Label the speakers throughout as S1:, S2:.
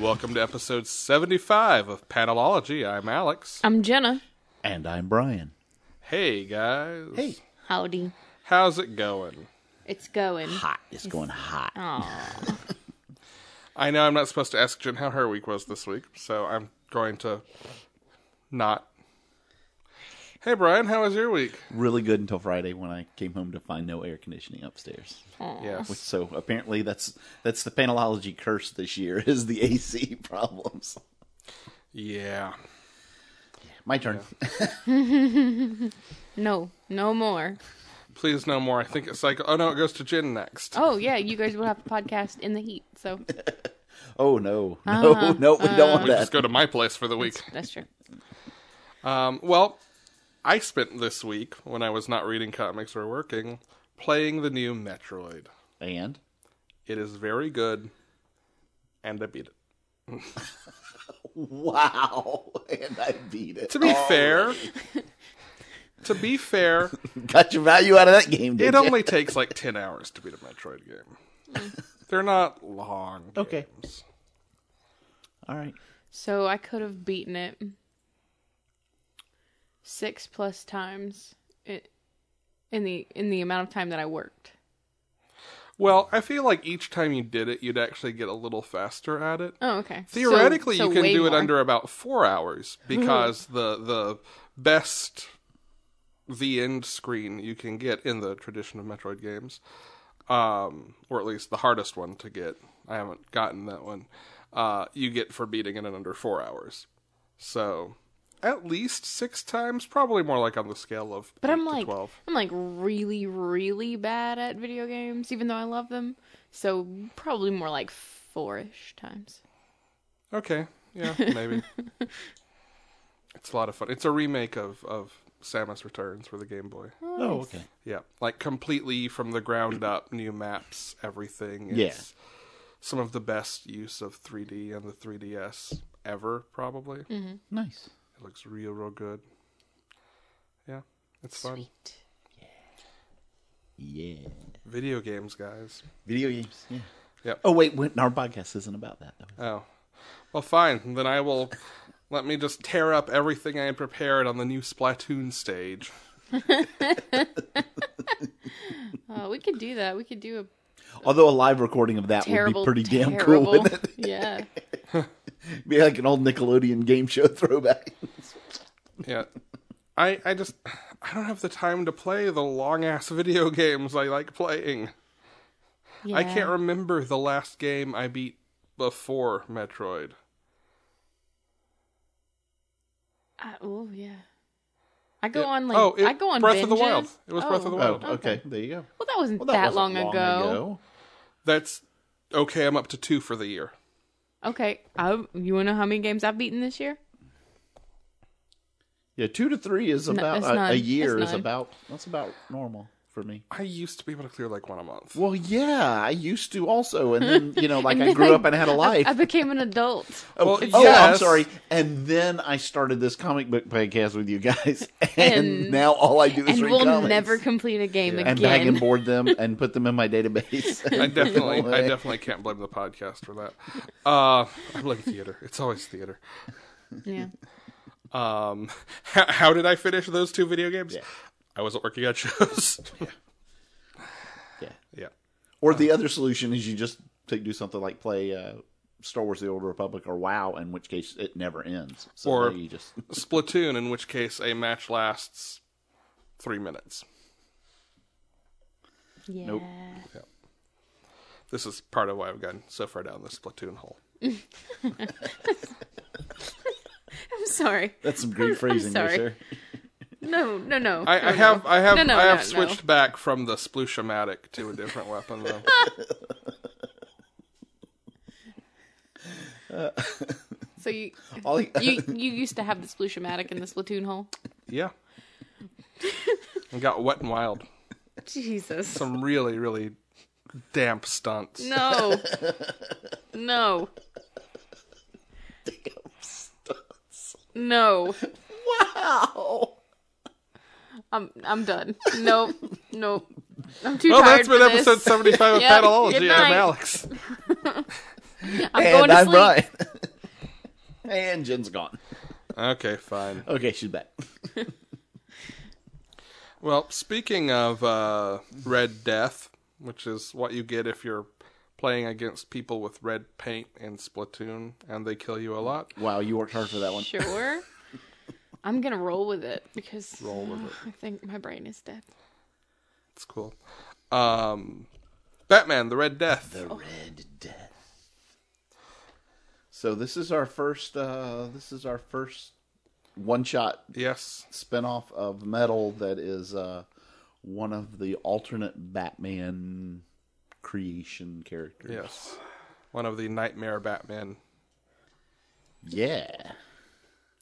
S1: Welcome to episode 75 of Panelology. I'm Alex.
S2: I'm Jenna.
S3: And I'm Brian.
S1: Hey, guys.
S3: Hey.
S2: Howdy.
S1: How's it going?
S2: It's going.
S3: Hot. It's going hot.
S1: I know I'm not supposed to ask Jen how her week was this week, so I'm going to not. Hey, Brian, how was your week?
S3: Really good until Friday when I came home to find no air conditioning upstairs.
S1: Yes.
S3: So apparently that's that's the panelology curse this year is the AC problems.
S1: Yeah.
S3: My turn.
S2: No, no more.
S1: Please no more. I think it's like, oh no, it goes to Jen next.
S2: Oh yeah, you guys will have a podcast in the heat, so
S3: Oh no. No, no, we don't want
S1: Uh-huh. we
S3: that.
S1: just go to my place for the week.
S2: that's true.
S1: Um, well, I spent this week, when I was not reading comics or working, playing the new Metroid.
S3: and
S1: It is very good, and I beat it.
S3: wow. And I beat it.
S1: To be fair, to be fair,
S3: Got your value out of that game, did
S1: it only takes like ten hours to beat a Metroid game. They're not long.
S3: Okay.
S1: games.
S3: All right.
S2: So I could have beaten it six plus times it, in the in the amount of time that I worked.
S1: Well, I feel like each time you did it, you'd actually get a little faster at it.
S2: Oh, okay. So-
S1: Theoretically,
S2: so
S1: you can
S2: way
S1: do it
S2: more. Mm-hmm.
S1: under about four hours because the the best the end screen you can get in the tradition of Metroid games, um, or at least the hardest one to get. I haven't gotten that one. Uh, you get for beating it in under four hours, so at least six times, probably more like on the scale of.
S2: But
S1: eight
S2: I'm
S1: to
S2: like
S1: twelve.
S2: I'm like really really bad at video games, even though I love them. So probably more like four-ish times.
S1: Okay. Yeah, maybe. it's a lot of fun. It's a remake of, of Samus Returns for the Game Boy.
S3: Oh, okay.
S1: Yeah. Like completely from the ground up, new maps, everything. It's
S3: Yeah.
S1: some of the best use of 3D and the 3DS ever, probably.
S3: Nice.
S1: It looks real, real good. Yeah. It's fun.
S2: Sweet.
S3: Yeah.
S1: Video games, guys.
S3: Video games. Yeah.
S1: Yep.
S3: Oh wait, wait, our podcast isn't about that though.
S1: Oh. Well, fine. Then I will let me just tear up everything I had prepared on the new Splatoon stage.
S2: Oh, we could do that. We could do a
S3: Although a live recording of that
S2: terrible,
S3: would be pretty damn cool,
S2: terrible.
S3: wouldn't it?
S2: Yeah.
S3: Be like an old Nickelodeon game show throwback.
S1: Yeah. I I just I don't have the time to play the long ass video games I like playing. I
S2: Yeah.
S1: can't remember the last game I beat before Metroid.
S2: I, oh yeah. I go
S1: It-
S2: on like
S1: oh, it-
S2: I go on
S1: Breath of the
S2: binges.
S1: Wild. It was Breath of the
S2: Oh,
S1: Wild.
S3: okay. There you go.
S2: Well, that wasn't
S3: Well,
S2: that,
S3: wasn't
S2: long, ago.
S1: That's okay, I'm up to 2 for the year.
S2: Okay, I, you want to know how many games I've beaten this year?
S3: Yeah, two to three is about
S2: it's
S3: a,
S2: none.
S3: a year
S2: It's
S3: is
S2: none.
S3: about that's about normal for me.
S1: I used to be able to clear like one a month.
S3: Well, yeah, I used to also, and then you know, like I
S2: then
S3: grew
S2: I-
S3: up and had a life.
S2: I became an adult.
S3: oh,
S1: Well,
S3: oh, I'm
S1: yes.
S3: sorry. And then I started this comic book podcast with you guys, and,
S2: And-
S3: now all I do is
S2: and
S3: read
S2: we'll
S3: comics.
S2: never complete a game again.
S3: and bag and board them and put them in my database.
S1: I definitely I definitely can't blame the podcast for that. Uh I blame theater. It's always theater.
S2: yeah.
S1: Um how, how did I finish those two video games?
S3: Yeah.
S1: I wasn't working at shows.
S3: yeah.
S1: yeah.
S3: Or the other solution is you just take, do something like play uh, Star Wars: The Old Republic or WoW, in which case it never ends. So
S1: Or-
S3: there you just
S1: Splatoon, in which case a match lasts three minutes.
S2: Yeah.
S3: Nope.
S1: This is part of why I've gotten so far down the Splatoon hole.
S2: I'm sorry.
S3: that's some great phrasing there,
S2: sorry.
S3: sir.
S2: No, no, no.
S1: I,
S2: no,
S1: I have
S2: no.
S1: I have
S2: No, no,
S1: I have
S2: no, no.
S1: switched back from the splushomatic to a different weapon though.
S2: So you,
S3: All he,
S2: you you used to have the splushomatic in the Splatoon hole.
S1: Yeah. I got wet and wild.
S2: Jesus.
S1: Some really, really damp stunts.
S2: No. No. No.
S3: wow.
S2: I'm I'm done. Nope. Nope. I'm too
S1: Well,
S2: tired.
S1: that's been
S2: for this.
S1: episode 75 of
S2: Yep,
S1: Panology.
S2: good
S1: I'm
S2: night.
S1: Alex.
S2: I'm going
S3: and
S2: to
S3: I'm
S2: sleep.
S3: Ryan. and Jen's gone.
S1: Okay, fine.
S3: Okay, she's back.
S1: Well, speaking of uh, Red Death, which is what you get if you're playing against people with red paint in Splatoon and they kill you a lot.
S3: Wow, you worked hard for that one.
S2: Sure. I'm gonna roll with it because
S1: Roll with it.
S2: I think my brain is dead.
S1: It's cool. Um, Batman, the Red Death.
S2: Oh.
S3: The Red Death. So this is our first. Uh, this is our first one-shot
S1: Yes.
S3: spinoff of Metal that is uh, one of the alternate Batman creation characters.
S1: Yes. One of the Nightmare Batman
S3: Yeah.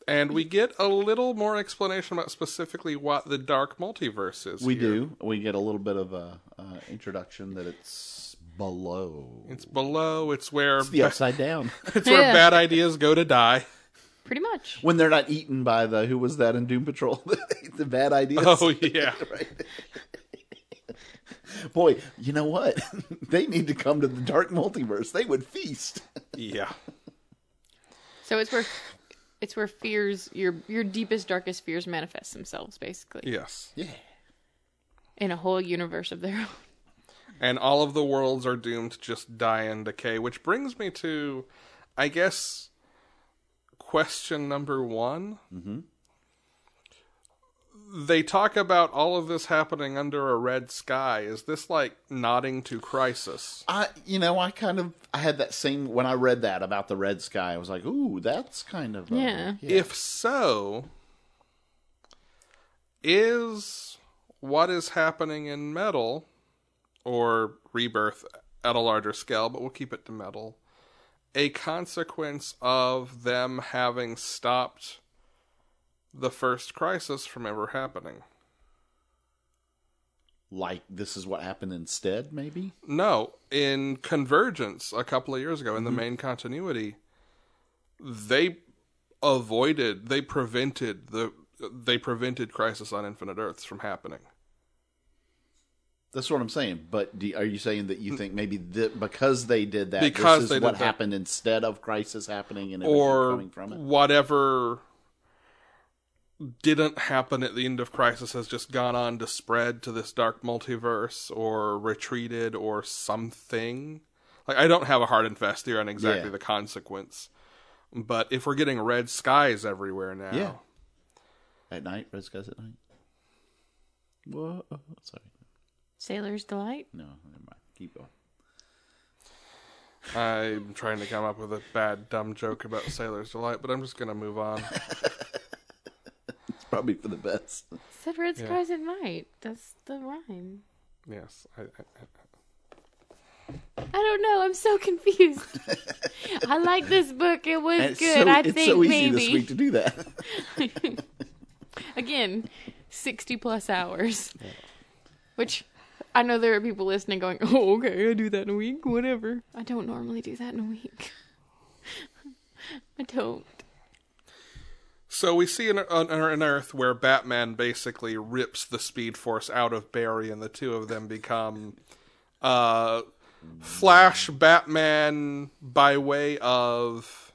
S1: And we get a little more explanation about specifically what the dark multiverse is.
S3: We
S1: here.
S3: do. We get a little bit of a uh, introduction that it's below.
S1: It's below. It's where
S3: It's the upside down.
S1: it's where
S2: Yeah.
S1: bad ideas go to die.
S2: Pretty much.
S3: when they're not eaten by the who was that in Doom Patrol? the bad ideas.
S1: Oh yeah.
S3: Boy, you know what? they need to come to the dark multiverse. They would feast.
S1: Yeah.
S2: So it's where it's where fears your your deepest darkest fears manifest themselves basically
S1: Yes.
S3: Yeah.
S2: in a whole universe of their own.
S1: And all of the worlds are doomed to just die and decay, which brings me to I guess question number 1. Mhm. They talk about all of this happening under a red sky. Is this like nodding to crisis?
S3: I you know, I kind of I had that same when I read that about the red sky, I was like, ooh, that's kind of uh,
S2: Yeah.
S1: If so, is what is happening in metal or rebirth at a larger scale, but we'll keep it to metal, a consequence of them having stopped the first crisis from ever happening?
S3: like this is what happened instead, maybe?
S1: No, in Convergence a couple of years ago in the
S3: Mm-hmm.
S1: main continuity, they avoided, they prevented the they prevented Crisis on Infinite Earths from happening.
S3: That's what I'm saying. But do, are you saying that you think maybe the, because they did that,
S1: Because
S3: this
S1: they
S3: is
S1: did
S3: what
S1: that.
S3: happened instead of crisis happening and everything
S1: Or
S3: coming from it?
S1: whatever didn't happen at the end of Crisis has just gone on to spread to this dark multiverse or retreated or something. Like I don't have a hard and fast theory on exactly
S3: Yeah.
S1: the consequence. But if we're getting red skies everywhere now,
S3: Yeah. At night, red skies at night. Whoa, sorry,
S2: Sailor's delight.
S3: no, never mind. Keep going.
S1: I'm trying to come up with a bad, dumb joke about Sailor's Delight, but I'm just going to move on.
S3: It's probably for the best.
S2: Said red
S1: Yeah.
S2: skies at night. That's the rhyme.
S1: Yes. I, I,
S2: I don't know. I'm so confused. I like this book. It was
S3: And it's
S2: good.
S3: so,
S2: I
S3: it's
S2: think
S3: so easy this
S2: maybe
S3: week to do that.
S2: again, sixty plus hours, which I know there are people listening going, "Oh, okay, I do that in a week. Whatever." I don't normally do that in a week. I don't.
S1: so we see an, an, an Earth where Batman basically rips the Speed Force out of Barry, and the two of them become uh, Flash Batman by way of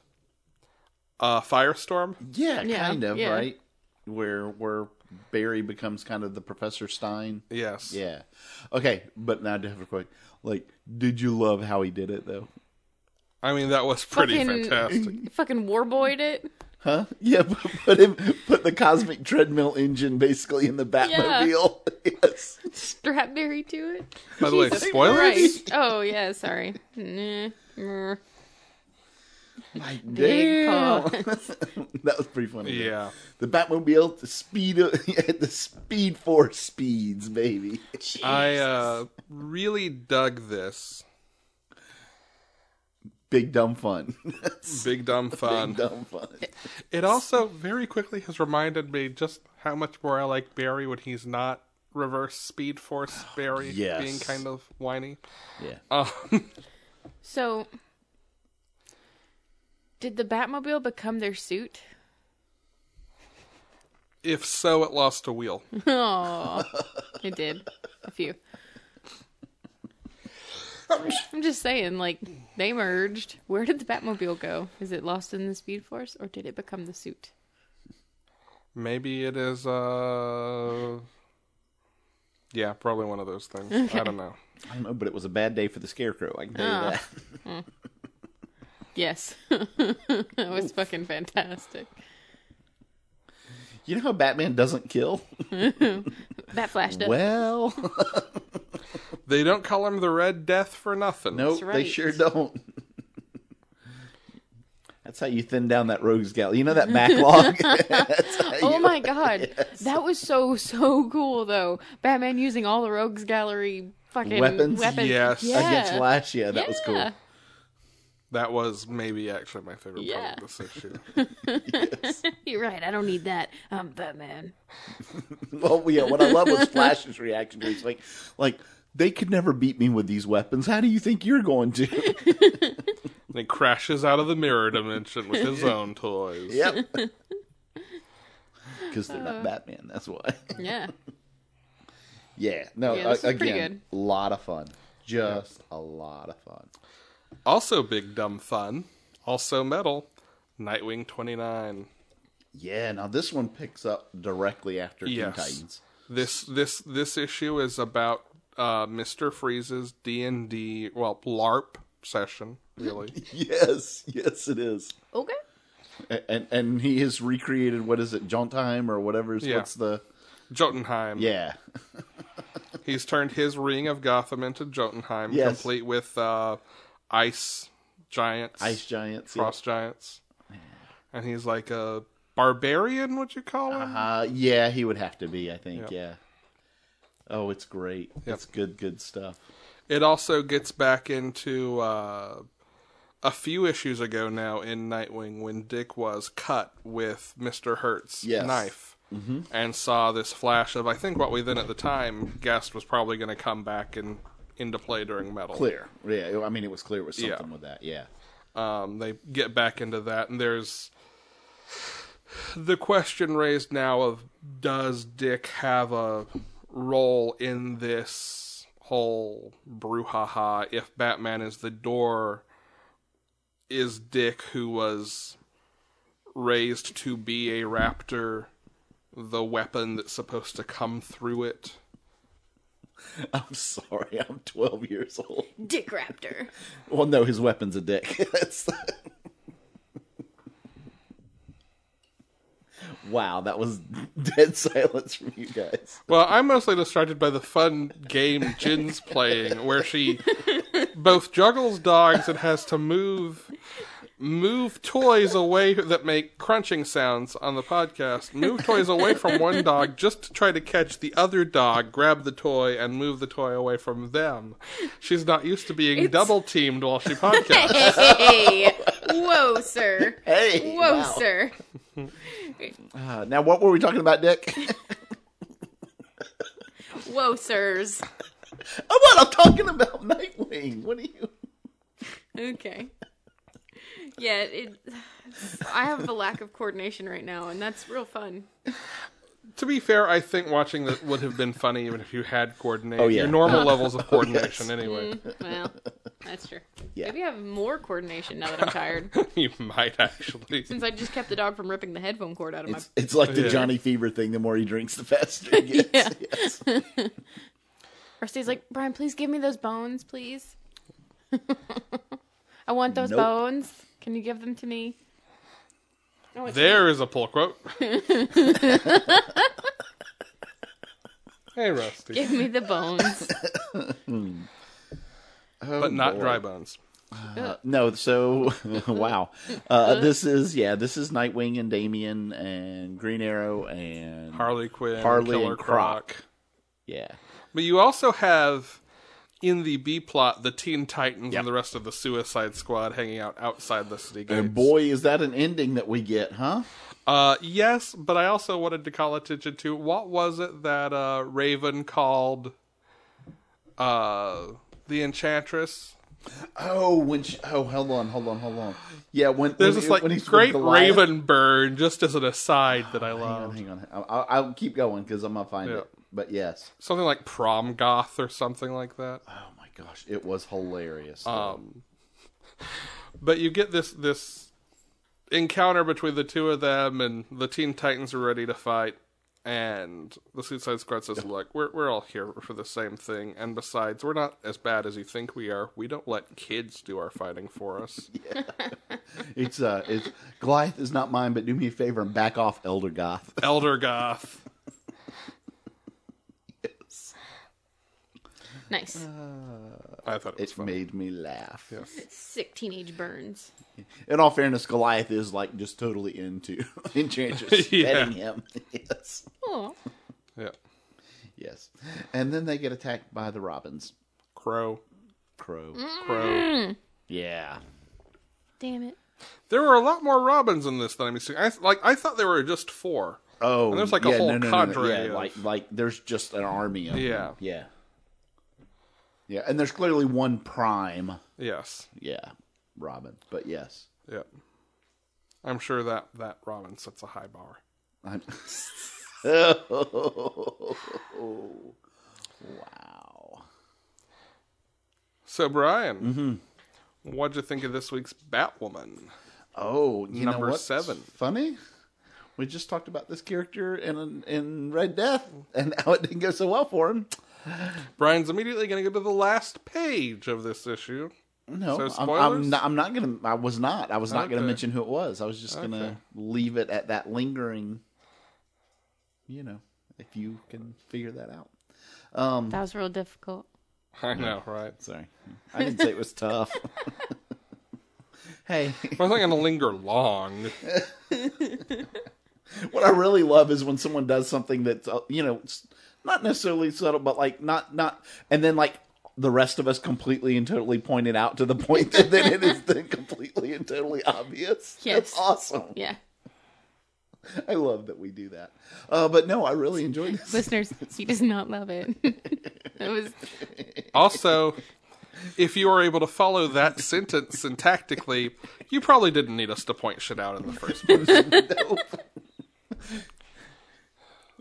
S1: uh, Firestorm.
S3: yeah,
S2: Yeah,
S3: kind of
S2: yeah.
S3: right. Where where Barry becomes kind of the Professor Stein.
S1: Yes.
S3: Yeah. Okay, but now to have a quick like, did you love how he did it though?
S1: I mean, that was pretty
S2: Fucking-
S1: fantastic.
S2: Fucking warboyed it.
S3: Huh? Yeah, but put him put the cosmic treadmill engine basically in the Batmobile. yes.
S2: Strap Barry to it.
S1: By the way,
S2: Jesus
S1: spoilers?
S2: Christ. Oh yeah, sorry. Nah, mer.
S3: Like,
S2: Big
S3: damn. that was pretty funny. though.
S1: Yeah.
S3: The Batmobile the speed at the speed force speeds, baby.
S1: I uh, really dug this.
S3: Big dumb fun.
S1: Big dumb fun.
S3: Big dumb fun.
S1: It also very quickly has reminded me just how much more I like Barry when he's not reverse speed force Barry
S3: Oh, Yes.
S1: being kind of whiny.
S3: Yeah.
S1: Um,
S2: So, did the Batmobile become their suit?
S1: if so, it lost a wheel.
S2: Oh, it did. A few. I'm just saying, like, they merged. Where did the Batmobile go? Is it lost in the Speed Force or did it become the suit?
S1: Maybe it is. Uh, yeah, probably one of those things. I don't know.
S3: I don't know, but it was a bad day for the scarecrow. I can tell
S2: Ah.
S3: you that.
S2: Yes. that was fucking fantastic.
S3: You know how Batman doesn't kill?
S2: Batflash does.
S3: Well,
S1: They don't call him the Red Death for nothing.
S3: nope, they
S2: right.
S3: sure don't. That's how you thin down that rogues gallery. You know that backlog. That's how
S2: Oh
S3: you-
S2: my god. That was so so cool though. Batman using all the rogues gallery fucking
S3: Weapons?
S2: weapons.
S1: Yes.
S2: Yeah.
S3: Against Flash, yeah, that was cool.
S2: Yeah.
S1: That was maybe actually my favorite
S2: Yeah.
S1: part of this issue.
S2: You're right. I don't need that. I'm Batman.
S3: Well, yeah, what I love was Flash's reaction to it. It's like, like they could never beat me with these weapons. How do you think you're going to?
S1: And he crashes out of the mirror dimension with his own toys.
S3: yep. Because they're
S2: Uh.
S3: not Batman. That's why.
S2: Yeah.
S3: Yeah. No.
S2: Yeah, this
S3: a-
S2: is pretty
S3: again, a lot of fun. Just a lot of fun.
S1: Also, big dumb fun. Also, metal. Nightwing 29.
S3: Yeah. Now this one picks up directly after
S1: Yes.
S3: Teen Titans.
S1: This this this issue is about uh, Mr. Freeze's D and D, well LARP session, really.
S3: Yes. Yes, it is.
S2: Okay.
S3: A- And and he has recreated what is it, Time or whatever? Is,
S1: Yeah.
S3: What's the?
S1: Jotunheim.
S3: Yeah.
S1: He's turned his ring of Gotham into Jotunheim,
S3: Yes.
S1: complete with uh, ice giants,
S3: Ice giants. yeah.
S1: frost giants, and he's like a barbarian. Would you call him?
S3: Uh, yeah, he would have to be, I think.
S1: Yep.
S3: Yeah. Oh, it's great. It's good, good stuff.
S1: It also gets back into uh, a few issues ago now in Nightwing when Dick was cut with Mister Hurt's
S3: Yes. Mm-hmm.
S1: knife and saw this flash of I think what we then at the time guessed was probably going to come back and into play during Metal.
S3: Clear. Yeah, I mean, it was clear it was
S1: Yeah.
S3: something with that. Yeah.
S1: Um, they get back into that, and there's the question raised now of does Dick have a role in this whole brouhaha? If Batman is the door, is Dick, who was raised to be a raptor, the weapon that's supposed to come through it?
S3: I'm sorry. I'm 12 years old.
S2: Dick Raptor.
S3: Well, no, his weapon's a dick. That's. Wow, that was dead silence from you guys.
S1: Well, I'm mostly distracted by the fun game Jin's playing, where she both juggles dogs and has to move move toys away that make crunching sounds on the podcast. Move toys away from one dog just to try to catch the other dog, grab the toy, and move the toy away from them. She's not used to being double teamed while she podcasts.
S2: Hey. Whoa, sir.
S3: Hey,
S2: Whoa,
S3: wow.
S2: sir.
S3: Uh, now, what were we talking about, Dick?
S2: Whoa, sirs.
S3: Oh, what I'm talking about, Nightwing. What are you?
S2: Okay. Yeah, it, I have a lack of coordination right now, and that's real fun.
S1: to be fair, I think watching that would have been funny even if you had coordination.
S3: Oh, yeah.
S1: Your normal levels of coordination, anyway.
S2: Well, that's true.
S3: Yeah.
S2: Maybe I have more coordination now that I'm tired,
S1: you might actually.
S2: since I just kept the dog from ripping the headphone cord out of my.
S3: It's, it's like the
S1: Yeah.
S3: Johnny Fever thing. The more he drinks, the faster he gets.
S2: Yeah.
S3: Yes.
S2: Rusty's like, Brian, please give me those bones, please. I want those
S3: Nope.
S2: bones. Can you give them to me? Oh, it's
S1: There is a pull quote. hey, Rusty.
S2: Give me the bones.
S1: but not
S3: Oh, boy.
S1: dry bones.
S3: Uh, no, so wow. Uh, this is yeah, this is Nightwing and Damien and Green Arrow and
S1: Harley Quinn,
S3: Harley
S1: Killer
S3: and
S1: Croc.
S3: Croc. Yeah.
S1: But you also have in the B plot the Teen Titans
S3: Yep.
S1: and the rest of the Suicide Squad hanging out outside the city gates.
S3: And boy, is that an ending that we get, huh?
S1: Uh, yes, but I also wanted to call attention to what was it that uh, Raven called uh, the Enchantress?
S3: Oh, when she, oh, hold on, hold on, hold on. Yeah, when
S1: There's
S3: when,
S1: this like
S3: when he's with
S1: great
S3: Goliath-
S1: Raven burn just as an aside that I
S3: Hang on,
S1: love.
S3: hang on. I'll, I'll keep going because I'm gonna find
S1: Yeah.
S3: it. But yes,
S1: Something like prom goth or something like that.
S3: oh my gosh, it was hilarious.
S1: Um, but you get this this encounter between the two of them, and the Teen Titans are ready to fight, and the Suicide Squad says, "Look, we're we're all here for the same thing, and besides, we're not as bad as you think we are. We don't let kids do our fighting for us."
S3: it's uh, it's Goliath is not mine, but do me a favor and back off, Elder Goth.
S1: Elder Goth.
S2: Nice.
S1: I thought it was
S3: It
S1: funny.
S3: made me laugh.
S2: Sick teenage burns.
S3: In all fairness, Goliath is like just totally into Enchantress
S1: Yeah.
S3: petting him. yes,
S2: Oh,
S1: Yeah,
S3: yes. And then they get attacked by the Robins.
S1: Crow,
S3: Crow.
S1: Mm-hmm. Crow.
S3: Yeah.
S2: damn it.
S1: There were a lot more Robins in this than I'm used to. I, like I thought there were just four.
S3: Oh,
S1: And there's, like, a
S3: yeah,
S1: whole
S3: no, no, no, no,
S1: cadre
S3: Yeah,
S1: of-
S3: like like there's just an army of them.
S1: Yeah.
S3: yeah, yeah, and there's clearly one prime.
S1: Yes.
S3: Yeah, Robin. But yes,
S1: Yeah. I'm sure that that Robin sets a high bar.
S3: I'm. Oh. wow.
S1: So, Brian, what'd you think of this week's Batwoman?
S3: Oh, you
S1: Number
S3: know what's
S1: seven.
S3: Funny. We just talked about this character in in Red Death and how it didn't go so well for him.
S1: Brian's immediately going to go to the last page of this issue.
S3: No,
S1: So
S3: I'm,
S1: spoilers?
S3: I'm not. I'm not gonna. I was not. I was not gonna
S1: Okay.
S3: mention who it was. I was just gonna leave it at that lingering. You know, if you can figure that out.
S2: That was real difficult.
S1: I know, right?
S3: Sorry, I didn't say it was tough. hey,
S1: But I'm not going to linger long.
S3: what I really love is when someone does something that's uh, you know s- not necessarily subtle, but like not not, and then like the rest of us completely and totally point it out to the point that then it is then completely and totally obvious.
S2: Yes.
S3: that's awesome.
S2: Yeah.
S3: I love that we do that. Uh, but no, I really enjoyed this.
S2: Listeners, he does not love it. it was
S1: Also, if you are able to follow that sentence syntactically, you probably didn't need us to point shit out in the first place.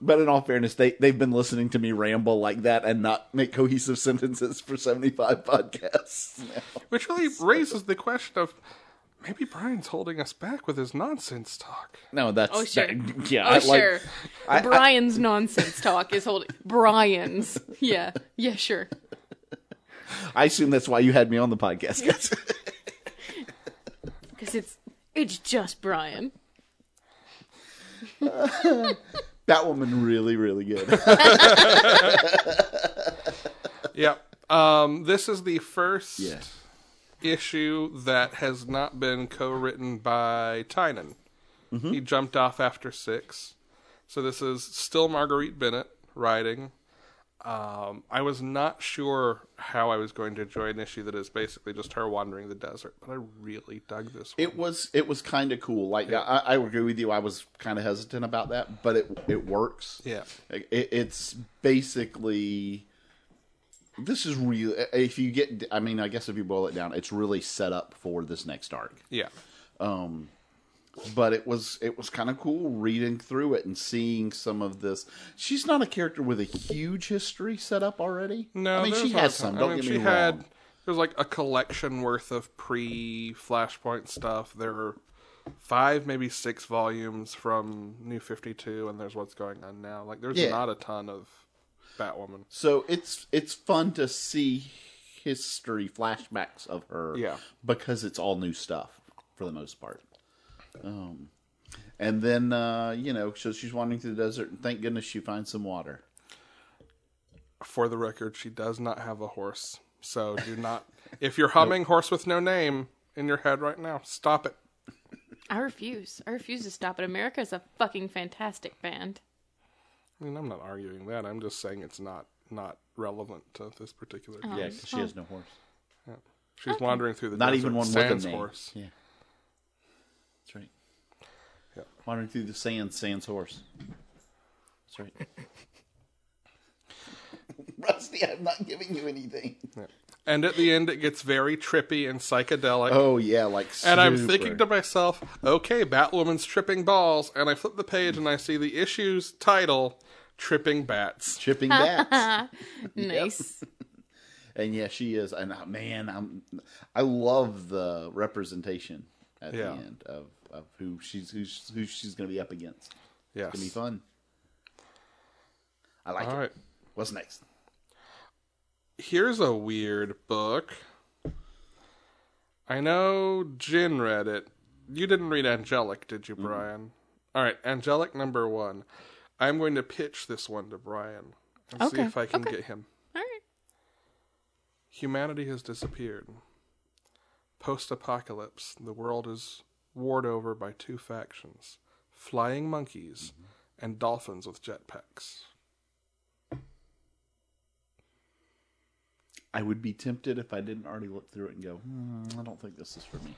S3: But in all fairness, they they've been listening to me ramble like that and not make cohesive sentences for seventy five podcasts. now.
S1: Which really raises the question of maybe Brian's holding us back with his nonsense talk.
S3: No, that's
S2: Oh, sure.
S3: that- yeah,
S2: Oh
S3: I like-
S2: sure. Brian's nonsense talk is holding Brian's. Yeah. Yeah, sure.
S3: I assume that's why you had me on the podcast. guys.
S2: Cuz it's it's just Brian.
S3: that woman really, really good.
S1: Yep. Um, this is the first
S3: Yeah.
S1: issue that has not been co-written by Tynan. He jumped off after six, so this is still Marguerite Bennett writing. Um, I was not sure how I was going to enjoy an issue that is basically just her wandering the desert, but I really dug this one.
S3: It was it was kind of cool. Like I, I agree with you. I was kind of hesitant about that, but it it works.
S1: Yeah.
S3: Like, it, it's basically this is real. If you get, I mean, I guess if you boil it down, it's really set up for this next arc.
S1: yeah,
S3: But it was it was kind of cool reading through it and seeing some of this. She's not a character with a huge history set up already.
S1: no,
S3: I mean
S1: there's
S3: she
S1: not
S3: has
S1: a
S3: some.
S1: ton-
S3: Don't
S1: I mean,
S3: get
S1: she
S3: me
S1: had
S3: wrong.
S1: there's like a collection worth of pre-Flashpoint stuff. There are five, maybe six volumes from New Fifty Two, and there's what's going on now. Like there's
S3: Yeah.
S1: not a ton of Batwoman.
S3: So it's it's fun to see history flashbacks of her.
S1: Yeah.
S3: Because it's all new stuff for the most part. Um and then uh, you know, so she's wandering through the desert and thank goodness she finds some water.
S1: For the record, she does not have a horse. So do not. If you're humming "Horse with No Name" in your head right now, stop it.
S2: I refuse. I refuse to stop it. America is a fucking fantastic band.
S1: I mean, I'm not arguing that. I'm just saying it's not not relevant to this particular.
S3: Oh. Yeah, 'cause she has no horse.
S1: She's wandering through the
S3: Not
S1: desert.
S3: even one with a
S1: Sans
S3: name.
S1: horse.
S3: Yeah. That's right.
S1: Yeah.
S3: Wandering through the sand, sans horse. That's right. Rusty, I'm not giving you anything.
S1: And at the end, it gets very trippy and psychedelic.
S3: Oh yeah, like.
S1: And I'm thinking to myself, okay, Batwoman's tripping balls. And I flip the page and I see the issue's title, Tripping Bats.
S3: tripping bats,
S2: Nice.
S3: and yeah, she is. And uh, man, I'm. I love the representation at
S1: Yeah.
S3: the end of, of who she's who, she's- who she's going to be up against.
S1: Yes.
S3: It's gonna be fun. I like
S1: All
S3: it.
S1: right.
S3: What's next?
S1: Here's a weird book. I know Jin read it. You didn't read Angelic, did you, Brian? All right, Angelic number one. I'm going to pitch this one to Brian and see
S2: Okay,
S1: if I can
S2: okay.
S1: get him.
S2: All right.
S1: Humanity has disappeared. Post apocalypse, the world is warred over by two factions flying monkeys
S3: Mm-hmm.
S1: and dolphins with jetpacks.
S3: I would be tempted if I didn't already look through it and go, hmm, I don't think this is for me.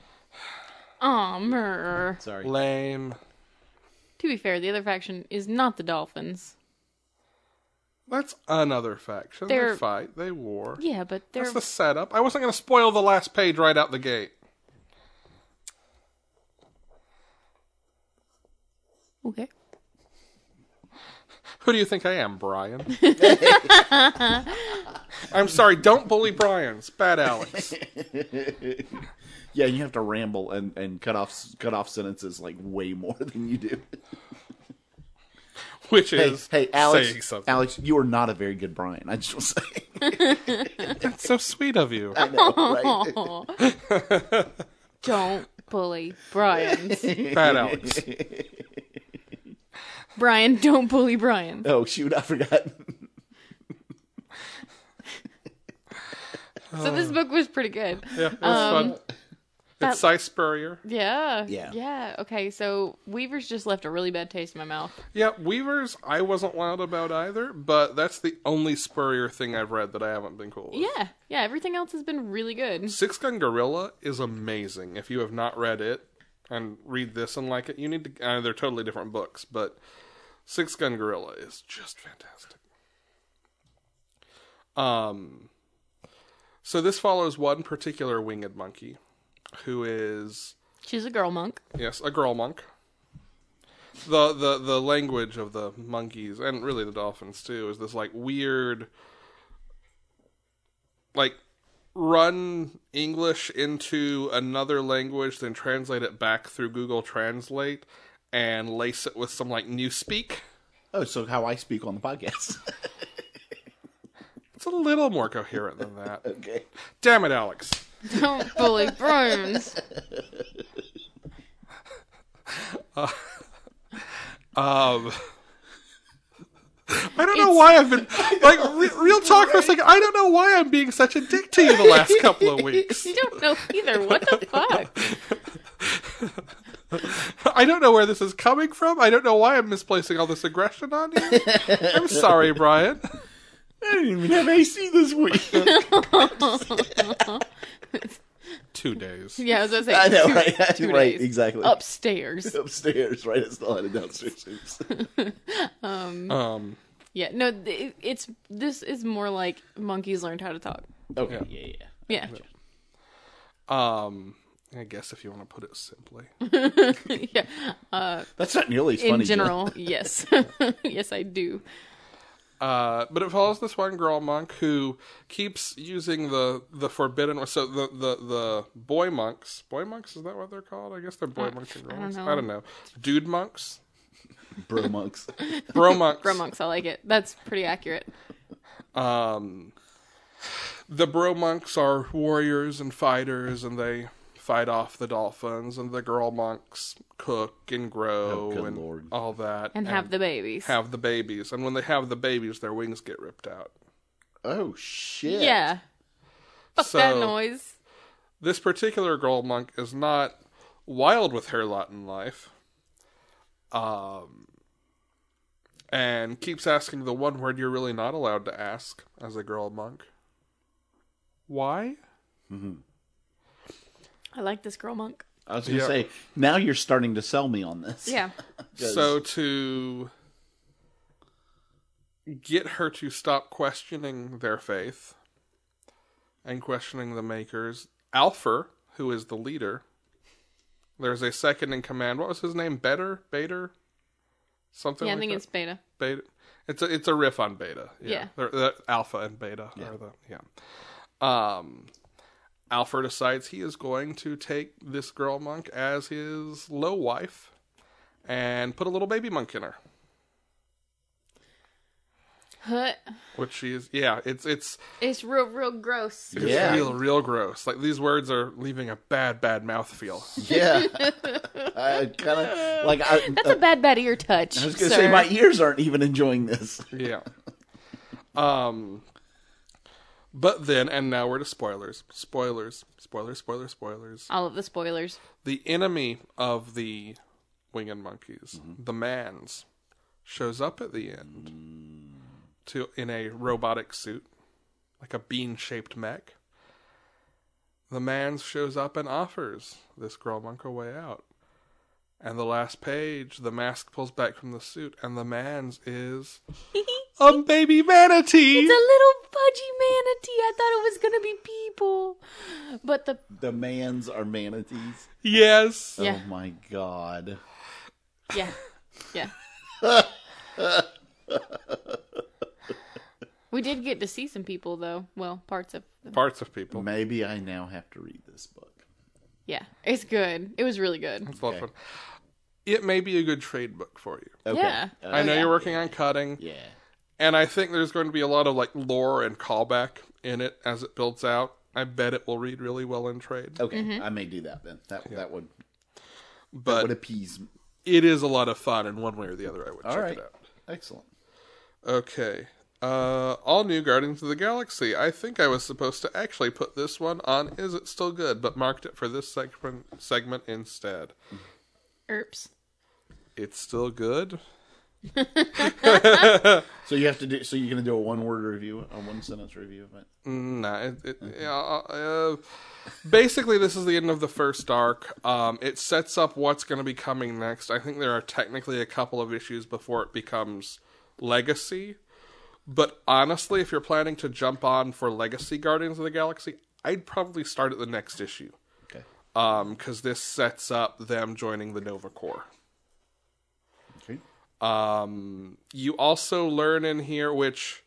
S2: Aw, mer.
S3: Sorry.
S1: Lame.
S2: To be fair, the other faction is not the Dolphins.
S1: That's another faction. they
S2: They're-
S1: fight, they war.
S2: Yeah, but they're.
S1: That's the setup. I wasn't going to spoil the last page right out the gate.
S2: Okay.
S1: Who do you think I am, Brian? I'm sorry, don't bully Brian. It's bad Alex.
S3: Yeah, you have to ramble and, and cut off cut off sentences like way more than you do.
S1: Which
S3: Hey,
S1: is
S3: hey,
S1: saying
S3: Alex,
S1: something.
S3: Alex, you are not a very good Brian. I just want to say,
S1: That's so sweet of you.
S3: I know, right?
S2: Aw. Don't bully Brian.
S1: Bad Alex.
S2: Brian, don't bully Brian.
S3: Oh shoot, I forgot.
S2: So this
S3: Uh.
S2: book was pretty good.
S1: Yeah, it was fun.
S2: that-
S1: It's Cy Spurrier.
S2: Yeah.
S3: Yeah.
S2: Yeah. Okay, so Weaver's just left a really bad taste in my mouth.
S1: Yeah, Weavers, I wasn't wild about either, but that's the only Spurrier thing I've read that I haven't been cool with.
S2: Yeah. Yeah, everything else has been really good.
S1: Six Gun Gorilla is amazing. If you have not read it and read this and like it, you need to. Uh, they're totally different books, but Six Gun Gorilla is just fantastic. Um, so this follows one particular winged monkey who is
S2: She's a girl monk.
S1: Yes, a girl monk. The the the language of the monkeys and really the dolphins too is this like weird like run English into another language then translate it back through Google Translate and lace it with some like new speak.
S3: Oh, so how I speak on the podcast?
S1: It's a little more coherent than that.
S3: okay.
S1: Damn it, Alex.
S2: Don't bully Brian.
S1: Um, I don't know why I've been like re- real talk for a second. I don't know why I'm being such a dick to you the last couple of weeks.
S2: You don't know either. What the fuck?
S1: I don't know where this is coming from. I don't know why I'm misplacing all this aggression on you. I'm sorry, Brian.
S3: I didn't even have AC this week.
S1: Two days.
S2: Yeah, I was gonna say.
S3: I know,
S2: two-
S3: right?
S2: two
S3: right,
S2: days.
S3: exactly.
S2: Upstairs.
S3: Upstairs, right? It's not downstairs. Oops.
S1: Um,
S2: Yeah, no, th- it's this is more like monkeys learned how to talk.
S3: Okay, yeah, yeah. yeah.
S2: Yeah,
S1: um, I guess if you want to put it simply,
S2: yeah.
S3: That's not nearly as
S2: In
S3: funny. Jen.
S2: general, yes, yes, I do.
S1: uh, but it follows this one girl monk who keeps using the the forbidden. So the the the boy monks, boy monks, is that what they're called? I guess they're boy monks and girl
S2: Uh, I
S1: monks.
S2: don't know.
S1: I don't know. Dude monks,
S3: bro monks.
S1: bro monks,
S2: Bro monks, I like it. That's pretty accurate.
S1: um, the bro monks are warriors and fighters, and they fight off the dolphins. And the girl monks cook and grow
S3: Oh, good
S1: and
S3: lord.
S1: all that,
S2: And have the babies.
S1: have the babies. And when they have the babies, their wings get ripped out.
S3: Oh shit!
S2: yeah, Fuck
S1: so
S2: that noise.
S1: this particular girl monk is not wild with her lot in life um and keeps asking the one word you're really not allowed to ask as a girl monk why
S2: I like this girl monk.
S3: I was going to
S1: Yeah.
S3: say, now you're starting to sell me on this.
S2: Yeah.
S3: 'Cause-
S1: so to get her to stop questioning their faith and questioning the makers alfer who is the leader there's a second in command what was his name better bader something
S2: yeah, I
S1: like
S2: think
S1: that?
S2: it's beta.
S1: beta. It's a it's a riff on beta.
S2: Yeah.
S1: They're, they're alpha and beta are the yeah. Um, Alpha decides he is going to take this girl monk as his low wife, and put a little baby monk in her.
S2: Huh.
S1: Which she is yeah. It's it's
S2: It's real, real gross.
S1: it's
S3: Yeah.
S1: real real gross. Like these words are leaving a bad bad mouthfeel.
S3: Yeah. I kind of like I, uh,
S2: That's a bad, bad ear touch.
S3: I was going to say my e- ears aren't even enjoying this.
S1: yeah. Um. But then, and now we're to spoilers. Spoilers. Spoilers. Spoilers. Spoilers.
S2: All of the spoilers.
S1: the enemy of the winged monkeys,
S3: Mm-hmm.
S1: the man's, shows up at the end
S3: Mm.
S1: to in a robotic suit, like a bean shaped mech. The man's shows up and offers this girl monk a way out. And the last page, the mask pulls back from the suit, and the man's is a baby manatee.
S2: It's a little fudgy manatee. I thought it was gonna be people, but the
S3: The mans are manatees.
S1: yes,
S2: Yeah.
S3: Oh my god.
S2: yeah, yeah. we did get to see some people though. Well, parts of them.
S1: parts of people.
S3: Maybe I now have to read this book.
S2: Yeah, it's good. It was really good.
S1: It's a lot of fun. It may be a good trade book for you.
S3: Okay.
S2: Yeah.
S3: Uh,
S1: I know
S3: yeah.
S1: you're working on cutting,
S3: Yeah.
S1: and I think there's going to be a lot of like lore and callback in it as it builds out. I bet it will read really well in trade,
S3: Okay.
S2: Mm-hmm.
S3: I may do that then. That that would that would
S1: but
S3: appease me.
S1: it is a lot of fun in one way or the other. I would
S3: All
S1: check
S3: right.
S1: it out.
S3: Excellent.
S1: Okay, uh, all new Guardians of the Galaxy. I think I was supposed to actually put this one on. Is it still good? But marked it for this segment segment instead.
S2: Erps.
S1: It's still good.
S3: So you have to do so you're going to do a one word review, a one sentence review of it.
S1: Nah, it, it, yeah, uh, basically, this is the end of the first arc. Um, it sets up what's going to be coming next. I think there are technically a couple of issues before it becomes Legacy. But honestly, if you're planning to jump on for Legacy Guardians of the Galaxy, I'd probably start at the next issue
S3: Okay.
S1: because this sets up them joining the Nova Corps.
S3: Okay.
S1: Um, you also learn in here, which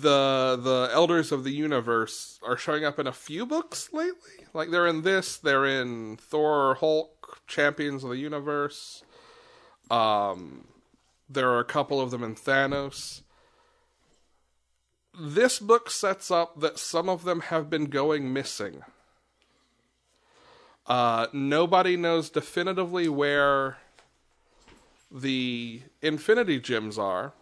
S1: the the elders of the universe are showing up in a few books lately. Like they're in this, they're in Thor, Hulk, Champions of the Universe. Um, there are a couple of them in Thanos. This book sets up that some of them have been going missing. Uh, nobody knows definitively where the Infinity Gems are.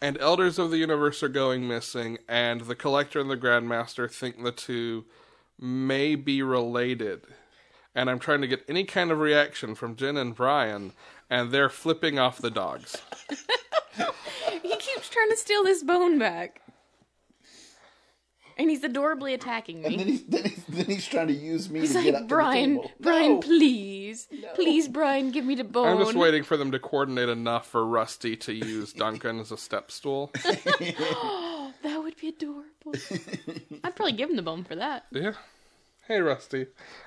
S1: And Elders of the Universe are going missing, and the Collector and the Grandmaster think the two may be related. And I'm trying to get any kind of reaction from Jen and Brian, and they're flipping off the dogs.
S2: He keeps trying to steal this bone back, and he's adorably attacking
S3: And then
S2: me.
S3: he's, then he's, then he's trying to use me
S2: He's
S3: to get up
S2: like,
S3: to the
S2: Brian,
S3: table.
S2: Brian,
S3: No!
S2: please, please, Brian, give me the bone.
S1: I'm just waiting for them to coordinate enough for Rusty to use Duncan as a step stool.
S2: That would be adorable. I'd probably give him the bone for that.
S1: Yeah. Hey, Rusty.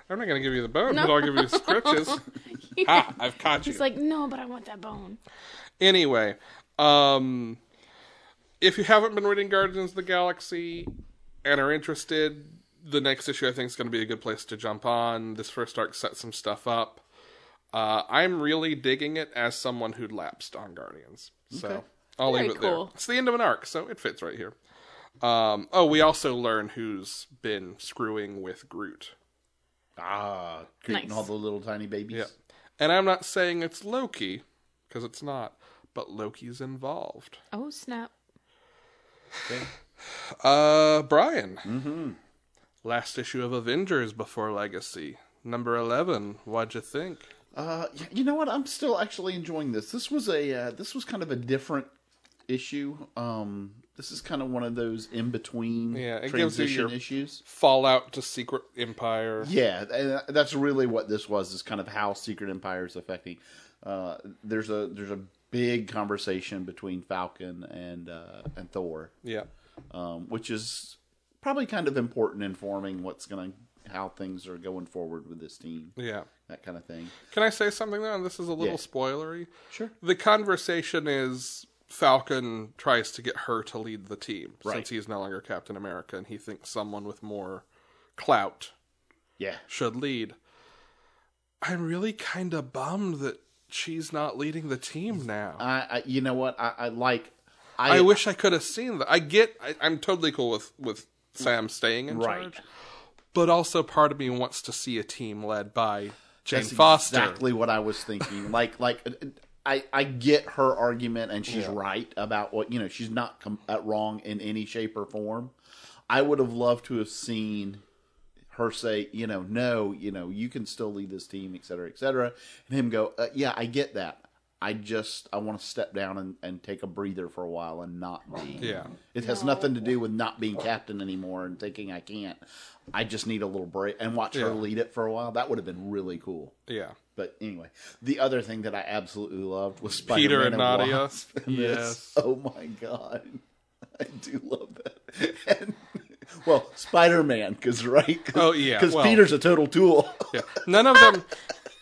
S1: I'm not going to give you the bone, but I'll give you scritches. ha! I've caught you.
S2: He's like, no, but I want that bone.
S1: anyway, um, if you haven't been reading Guardians of the Galaxy and are interested, the next issue I think is going to be a good place to jump on. This first arc sets some stuff up. Uh, I'm really digging it as someone who lapsed on Guardians. So I'll
S2: Very
S1: leave it
S2: cool.
S1: there. It's the end of an arc, so it fits right here. Um, oh, we also learn who's been screwing with Groot.
S3: Ah, creating
S2: Nice.
S3: all the little tiny babies.
S1: Yeah. And I'm not saying it's Loki, because it's not. but Loki's involved.
S2: Oh snap!
S3: Okay.
S1: Uh, Brian.
S3: Mm-hmm.
S1: Last issue of Avengers before Legacy, number eleven. What'd you think?
S3: Uh, y- you know what? I'm still actually enjoying this. This was a uh, this was kind of a different issue. Um, this is kind of one of those in between
S1: Yeah, it gives you
S3: transition
S1: your-
S3: issues.
S1: Fallout to Secret Empire.
S3: Yeah, and that's really what this was. Is kind of how Secret Empire is affecting. Uh, there's a there's a big conversation between Falcon and uh, and Thor,
S1: Yeah.
S3: um, which is probably kind of important in forming what's going to how things are going forward with this team,
S1: Yeah.
S3: that kind of thing.
S1: Can I say something though? And this is a little
S3: Yeah.
S1: spoilery.
S3: Sure.
S1: The conversation is Falcon tries to get her to lead the team
S3: Right.
S1: since he's no longer Captain America and he thinks someone with more clout
S3: Yeah.
S1: should lead. I'm really kind of bummed that she's not leading the team now.
S3: I, I you know what I, I like.
S1: I wish I could have seen that. I get. I, I'm totally cool with with Sam staying in
S3: Right.
S1: charge, but also part of me wants to see a team led by Jane
S3: That's
S1: Foster.
S3: Exactly what I was thinking. like, like I, I get her argument, and she's right about what you know. She's not com- at wrong in any shape or form. I would have loved to have seen her say, you know, no, you know, you can still lead this team, et cetera, et cetera, and him go, uh, yeah, I get that. I just I want to step down and, and take a breather for a while and not be.
S1: Yeah.
S3: It has nothing to do with not being captain anymore and thinking I can't. I just need a little break and watch
S1: Yeah.
S3: her lead it for a while. That would have been really cool.
S1: Yeah,
S3: But anyway, the other thing that I absolutely loved was Spider-Man
S1: Peter and Nadia.
S3: Wasp in this.
S1: Yes,
S3: Oh my god, I do love that. And, well, Spider-Man, because right? 'Cause-
S1: Oh, yeah,
S3: 'cause
S1: well-
S3: Peter's a total tool.
S1: yeah. None of them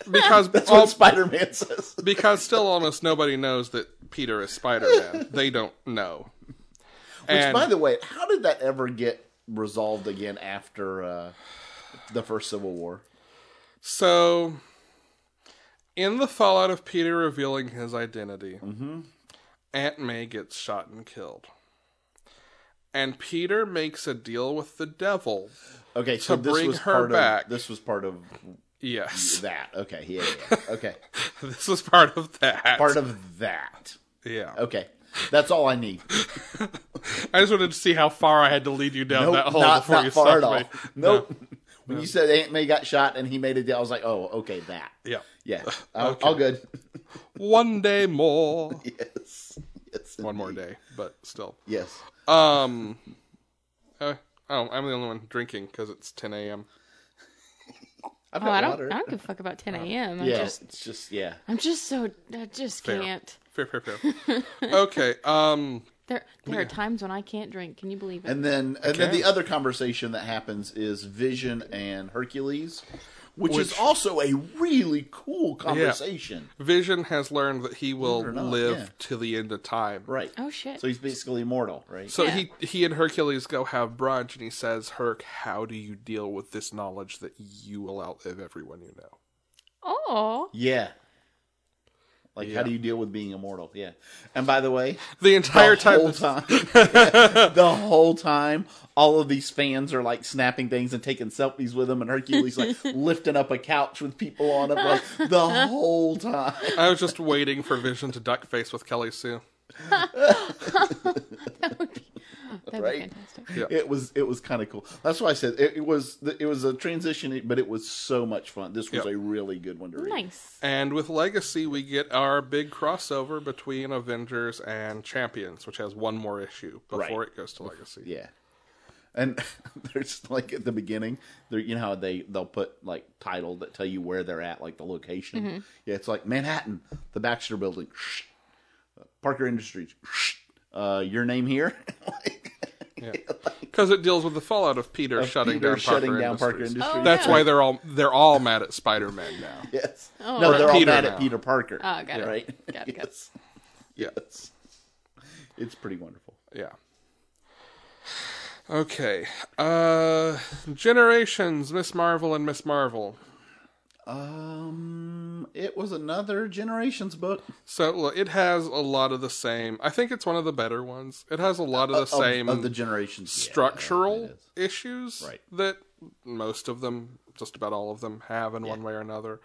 S1: because
S3: That's
S1: all,
S3: what Spider-Man says.
S1: because still almost nobody knows that Peter is Spider Man. they don't know.
S3: Which, by the way, how did that ever get resolved again after uh, the first Civil War?
S1: So, in the fallout of Peter revealing his identity,
S3: Mm-hmm.
S1: Aunt May gets shot and killed. And Peter makes a deal with the devil.
S3: Okay, so
S1: To
S3: this
S1: bring
S3: was
S1: her
S3: part
S1: back.
S3: of this was part of
S1: Yes,
S3: that. Okay, yeah, yeah, yeah. okay,
S1: this was part of that.
S3: part of that.
S1: yeah.
S3: Okay, that's all I need.
S1: I just wanted to see how far I had to lead you down
S3: Nope,
S1: that hole
S3: not,
S1: before
S3: not
S1: you
S3: far at all.
S1: stopped me.
S3: Nope. When you said Aunt May got shot and he made a deal, I was like, oh, okay, that.
S1: Yeah.
S3: Yeah, all, all good.
S1: One day more.
S3: yes. yes.
S1: One more
S3: indeed.
S1: day, but still.
S3: Yes.
S1: Um. uh, oh, I'm the only one drinking because it's 10 a.m.
S3: I've
S2: Oh,
S3: got
S2: I don't.
S3: water.
S2: I don't give a fuck about 10 a.m. I'm
S3: yeah,
S2: just.
S3: it's just, yeah.
S2: I'm just so. I just
S1: Fair.
S2: can't.
S1: Fair, fair, fair. okay. Um.
S2: There, there are times when I can't drink. Can you believe it?
S3: And then, and then
S1: Okay.
S3: the other conversation that happens is Vision and Hercules, which, is
S1: Which-
S3: also a really cool conversation.
S1: Vision has learned that he will
S3: Believe it or not,
S1: live
S3: yeah.
S1: to the end of time.
S3: Right.
S2: oh shit!
S3: So he's basically immortal, right?
S1: So
S2: Yeah.
S1: he he and Hercules go have brunch, and he says, "Herc, how do you deal with this knowledge that you will outlive everyone you know?"
S2: oh,
S3: yeah. Like, how do you deal with being immortal? Yeah. And by the way,
S1: The entire
S3: the
S1: time,
S3: whole time, the whole time, all of these fans are like snapping things and taking selfies with them, and Hercules like lifting up a couch with people on it, like the whole time.
S1: I was just waiting for Vision to duck face with Kelly Sue.
S2: that'd
S3: Right.
S2: be fantastic.
S3: It was it was kind of cool. That's why I said it, it was it was a transition, but it was so much fun. This was
S1: Yep.
S3: a really good one to read.
S2: Nice.
S1: And with Legacy, we get our big crossover between Avengers and Champions, which has one more issue before
S3: Right.
S1: it goes to Legacy.
S3: Yeah. And there's like at the beginning, there you know how they they'll put like title that tell you where they're at, like the location.
S2: Mm-hmm.
S3: Yeah, it's like Manhattan, the Baxter Building, Parker Industries, uh, your name here. like,
S1: Because it deals with the fallout of Peter shutting
S3: Peter
S1: down,
S3: shutting
S1: Parker,
S3: down
S1: Industries.
S3: Parker Industries.
S2: Oh,
S1: That's
S2: Yeah.
S1: why they're all they're all mad at Spider Man now.
S3: yes.
S2: Oh,
S3: no,
S2: right.
S3: they're all
S1: Peter
S3: mad
S1: now.
S3: at Peter Parker.
S2: Oh, got it.
S3: Right.
S2: Got it, got it.
S3: yes.
S1: Yeah.
S3: yes. It's pretty wonderful.
S1: Yeah. Okay. Uh Generations, Miss Marvel and Miss Marvel.
S3: Um, it was another Generations book.
S1: So look, it has a lot of the same. I think it's one of the better ones. It has a lot of the
S3: Of-
S1: same
S3: of, the Generations yeah,
S1: structural
S3: it is.
S1: issues
S3: Right.
S1: that most of them, just about all of them, have in one way or another.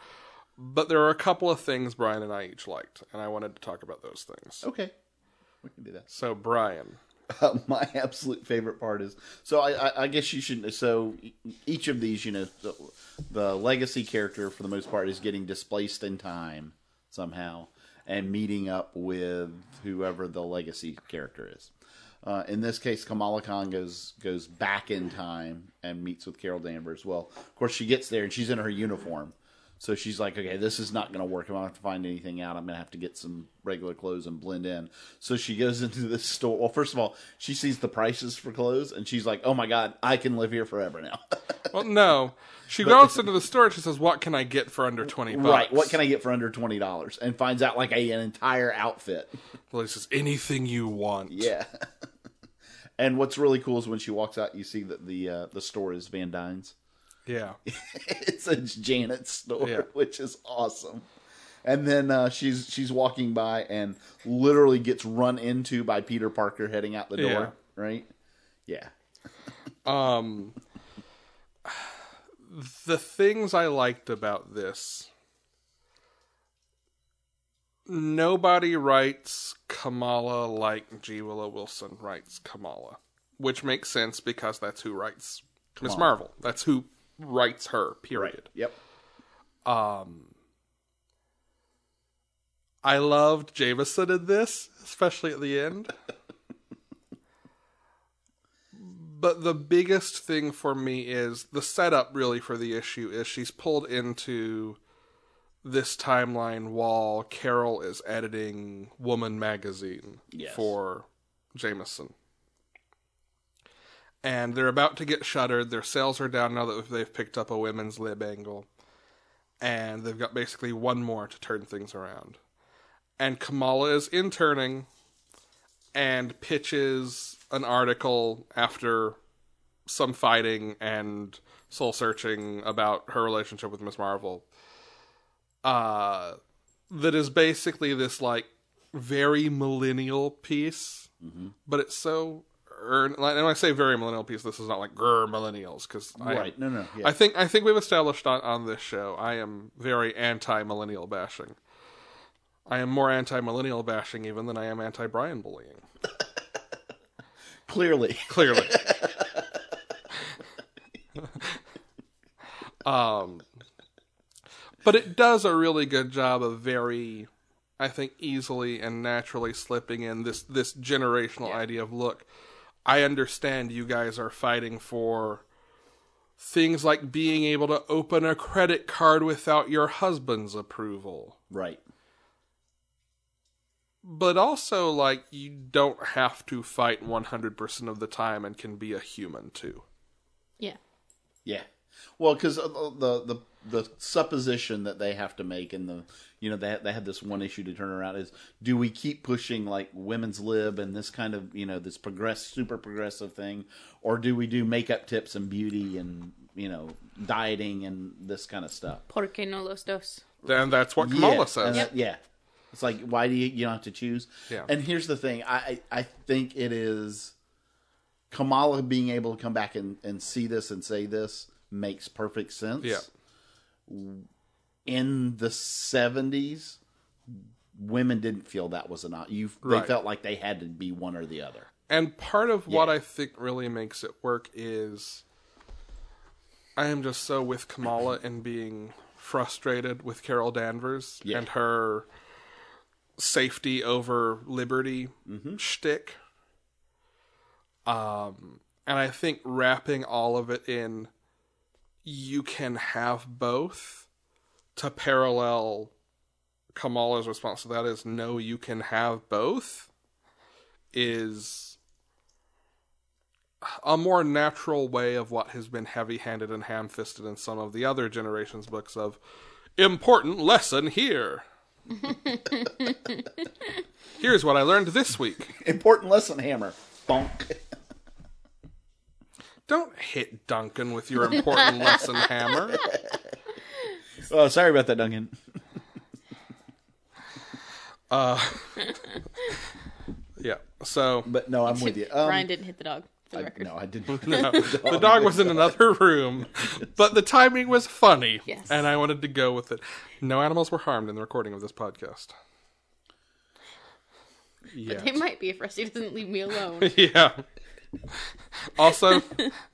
S1: But there are a couple of things Brian and I each liked, and I wanted to talk about those things.
S3: Okay, we can do that.
S1: So, Brian,
S3: Uh, my absolute favorite part is so I, I, I guess you should so e- each of these you know the, the legacy character for the most part is getting displaced in time somehow and meeting up with whoever the legacy character is. Uh, in this case, Kamala Khan goes goes back in time and meets with Carol Danvers. Well, of course she gets there and she's in her uniform. So she's like, okay, this is not going to work. I'm going to have to find anything out. I'm going to have to get some regular clothes and blend in. So she goes into this store. Well, first of all, she sees the prices for clothes and she's like, oh my God, I can live here forever now.
S1: well, no, she goes into the store and she says, "What can I get for under twenty bucks?"
S3: right. What can I get for under $20? And finds out like a, an entire outfit.
S1: Lily says, "Anything you want."
S3: Yeah. and what's really cool is when she walks out, you see that the, uh, the store is Van Dyne's.
S1: yeah.
S3: it's a Janet store,
S1: Yeah.
S3: which is awesome. And then uh, she's she's walking by and literally gets run into by Peter Parker heading out the door.
S1: Yeah.
S3: Right? Yeah.
S1: Um, the things I liked about this. Nobody writes Kamala like G. Willow Wilson writes Kamala, which makes sense because that's who writes Miss Marvel. That's who writes her. Period.
S3: Yep.
S1: Um, I loved Jameson in this, especially at the end. but the biggest thing for me is the setup, really, for the issue is she's pulled into this timeline while Carol is editing Woman magazine
S3: Yes.
S1: for Jameson. And they're about to get shuttered. Their sales are down now that they've picked up a women's lib angle and they've got basically one more to turn things around. And Kamala is interning and pitches an article after some fighting and soul searching about her relationship with Miss Marvel. Uh, that is basically this like very millennial piece, but it's so. Earn, and when I say very millennial piece, this is not like grr millennials because
S3: right. No, no. Yeah.
S1: I think I think we've established on, on this show I am very anti millennial bashing. I am more anti millennial bashing even than I am anti Brian bullying.
S3: Clearly.
S1: Clearly. um but it does a really good job of very I think easily and naturally slipping in this this generational idea of look, I understand you guys are fighting for things like being able to open a credit card without your husband's approval.
S3: Right.
S1: But also like you don't have to fight 100% of the time and can be a human too.
S2: Yeah.
S3: Yeah. Well, because the the the supposition that they have to make, and the you know they they had this one issue to turn around is: do we keep pushing like women's lib and this kind of you know this progress super progressive thing, or do we do makeup tips and beauty and you know dieting and this kind of stuff?
S2: Porque no los dos.
S1: And that's what Kamala
S3: yeah,
S1: says.
S3: and that- yeah. It's like why do you you don't have to choose?
S1: Yeah.
S3: And here's the thing, I I I think it is Kamala being able to come back and, and see this and say this makes perfect sense.
S1: Yeah.
S3: In the seventies, women didn't feel that was an option. You
S1: Right.
S3: they felt like they had to be one or the other.
S1: And part of what I think really makes it work is I am just so with Kamala and being frustrated with Carol Danvers
S3: Yeah.
S1: and her safety over liberty
S3: Mm-hmm.
S1: shtick. Um, and I think wrapping all of it in, you can have both to parallel Kamala's response to that is no, you can have both is a more natural way of what has been heavy handed and ham fisted in some of the other generations' books of important lesson here. Here's what I learned this week.
S3: Important lesson hammer. Bonk.
S1: Don't hit Duncan with your important lesson hammer.
S3: oh, sorry about that, Duncan.
S1: Yeah. So
S3: But no, I'm with you. Um,
S2: Brian didn't hit the dog. for the
S3: I-
S2: record.
S3: no, I didn't.
S1: No, the dog was in another room, but the timing was funny,
S2: Yes.
S1: and I wanted to go with it. No animals were harmed in the recording of this podcast. Yeah,
S2: It might be if Rusty doesn't leave me alone.
S1: yeah. Also,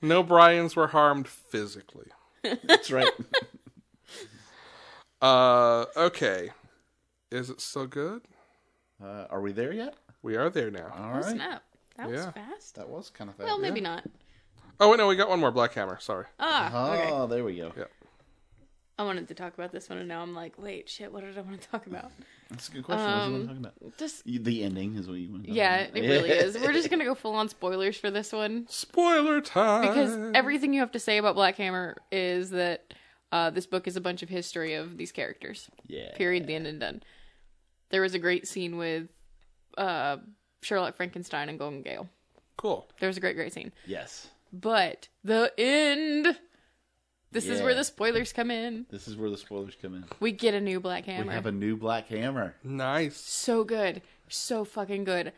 S1: no Bryans were harmed physically.
S3: That's right.
S1: Uh, okay, is it still good?
S3: Uh, are we there yet?
S1: We are there now.
S3: All
S2: Oh,
S3: right.
S2: snap. That was
S1: Yeah.
S2: fast.
S3: That was kind of
S2: Well,
S3: fast.
S2: maybe not.
S1: Oh wait, no, we got one more Black Hammer. Sorry.
S2: Ah, okay.
S3: Oh, there we go.
S1: Yeah.
S2: I wanted to talk about this one, and now I'm like, wait, shit, what did I want to talk about?
S3: That's a good question. what was you talking about?
S2: Just,
S3: You- The ending is what you want.
S2: Um, yeah, it really is. We're just going to go full on spoilers for this one.
S1: Spoiler time.
S2: Because everything you have to say about Black Hammer is that uh, this book is a bunch of history of these characters.
S3: Yeah.
S2: Period, the end and done. There was a great scene with uh, Sherlock Frankenstein and Golden Gale.
S1: cool.
S2: There was a great, great scene.
S3: Yes.
S2: But the end. This is where
S3: Yeah.
S2: the spoilers come in.
S3: This is where the spoilers come in.
S2: We get a new Black Hammer.
S3: We have a new Black Hammer.
S1: Nice.
S2: so good. So fucking good.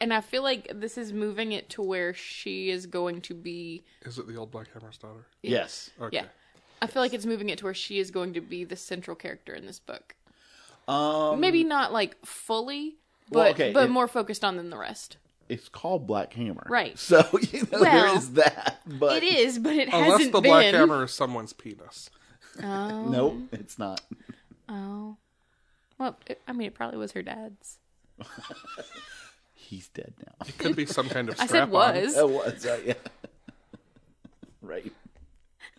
S2: And I feel like this is moving it to where she is going to be.
S1: Is it the old Black Hammer's daughter?
S3: Yes.
S1: Okay.
S2: Yeah. I feel like it's moving it to where she is going to be the central character in this book.
S3: Um,
S2: Maybe not like fully, but
S3: Well, okay,
S2: but
S3: it-
S2: more focused on than the rest.
S3: it's called Black Hammer.
S2: Right.
S3: So you know there
S2: Well,
S3: is that, but
S2: It is, but it
S1: Unless
S2: hasn't
S1: the
S2: been.
S1: Black Hammer is someone's penis.
S2: Oh,
S3: Nope, it's not.
S2: oh. Well, it, I mean, it probably was her dad's.
S3: He's dead now.
S1: It could be some kind of
S2: I
S1: strap
S2: said was.
S3: That was right. Yeah. right.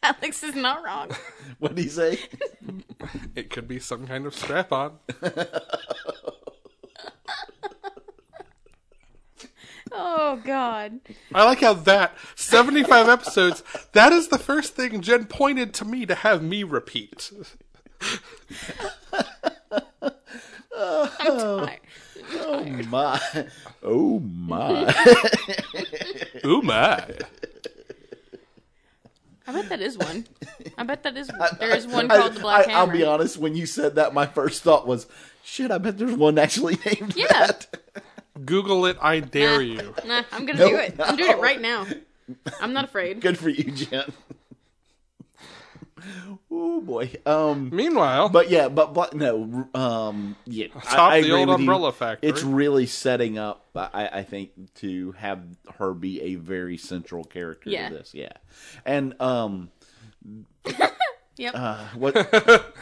S2: Alex is not wrong.
S3: What did he say?
S1: It could be some kind of strap on.
S2: Oh God.
S1: I like how that 75 episodes, that is the first thing Jen pointed to me to have me repeat.
S2: Alright.
S3: Oh my! Oh my!
S1: Ooh my.
S2: I bet that is one. I bet that is there is one called the Black Hammer.
S3: will be honest. When you said that, my first thought was, "Shit, I bet there's one actually named
S2: Yeah.
S3: that."
S1: Google it, I dare you.
S2: Nah, I'm gonna
S3: Nope.
S2: do it. I'm doing it right now. I'm not afraid.
S3: Good for you, Jen. oh boy. Um.
S1: Meanwhile,
S3: But yeah, but, but no, um, yeah,
S1: Top
S3: I, I
S1: the
S3: agree
S1: old
S3: with you.
S1: umbrella factory.
S3: It's really setting up, I, I think, to have her be a very central character
S2: Yeah.
S3: to this. Yeah, and um,
S2: Yep.
S3: uh, what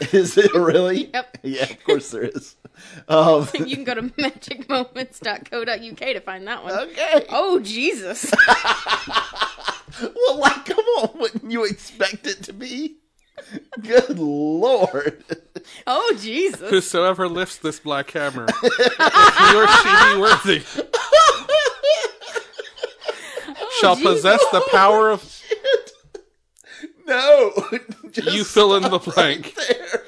S3: is it really?
S2: Yep.
S3: Yeah, of course there is. Um,
S2: you can go to magicmoments.co.uk to find that one.
S3: okay.
S2: Oh Jesus.
S3: Well, like, come on, wouldn't you expect it to be? Good lord.
S2: Oh Jesus.
S1: whosoever lifts this Black Hammer, if he or she be worthy, shall
S2: Oh, Jesus.
S1: possess the power of
S3: No. Just
S1: you fill in the blank.
S3: there.